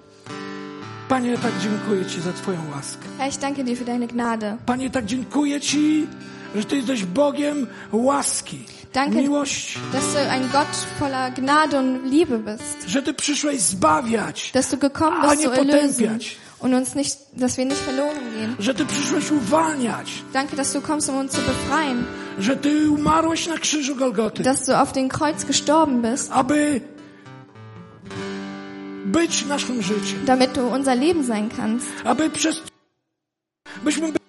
A: Panie, tak dziękuję Ci za Twoją łaskę.
B: Herr, ich danke dir für deine Gnade.
A: Panie, tak dziękuję Ci, że Ty jesteś Bogiem łaski,
B: Danke.
A: miłości,
B: Dass du ein Gott voller Gnade und Liebe bist.
A: że Ty przyszłeś zbawiać,
B: Dass du gekommen
A: Ah,
B: bist
A: nie
B: zu erlösen
A: potępiać.
B: und uns nicht, dass wir nicht verloren gehen.
A: że Ty przyszłeś uwalniać,
B: Danke, dass du kommst, um uns zu befreien.
A: że Ty umarłeś na krzyżu Golgoty.
B: Dass du auf dem Kreuz gestorben bist,
A: aby być naszym życiem,
B: damit du unser Leben sein kannst.
A: aby przez byśmy byli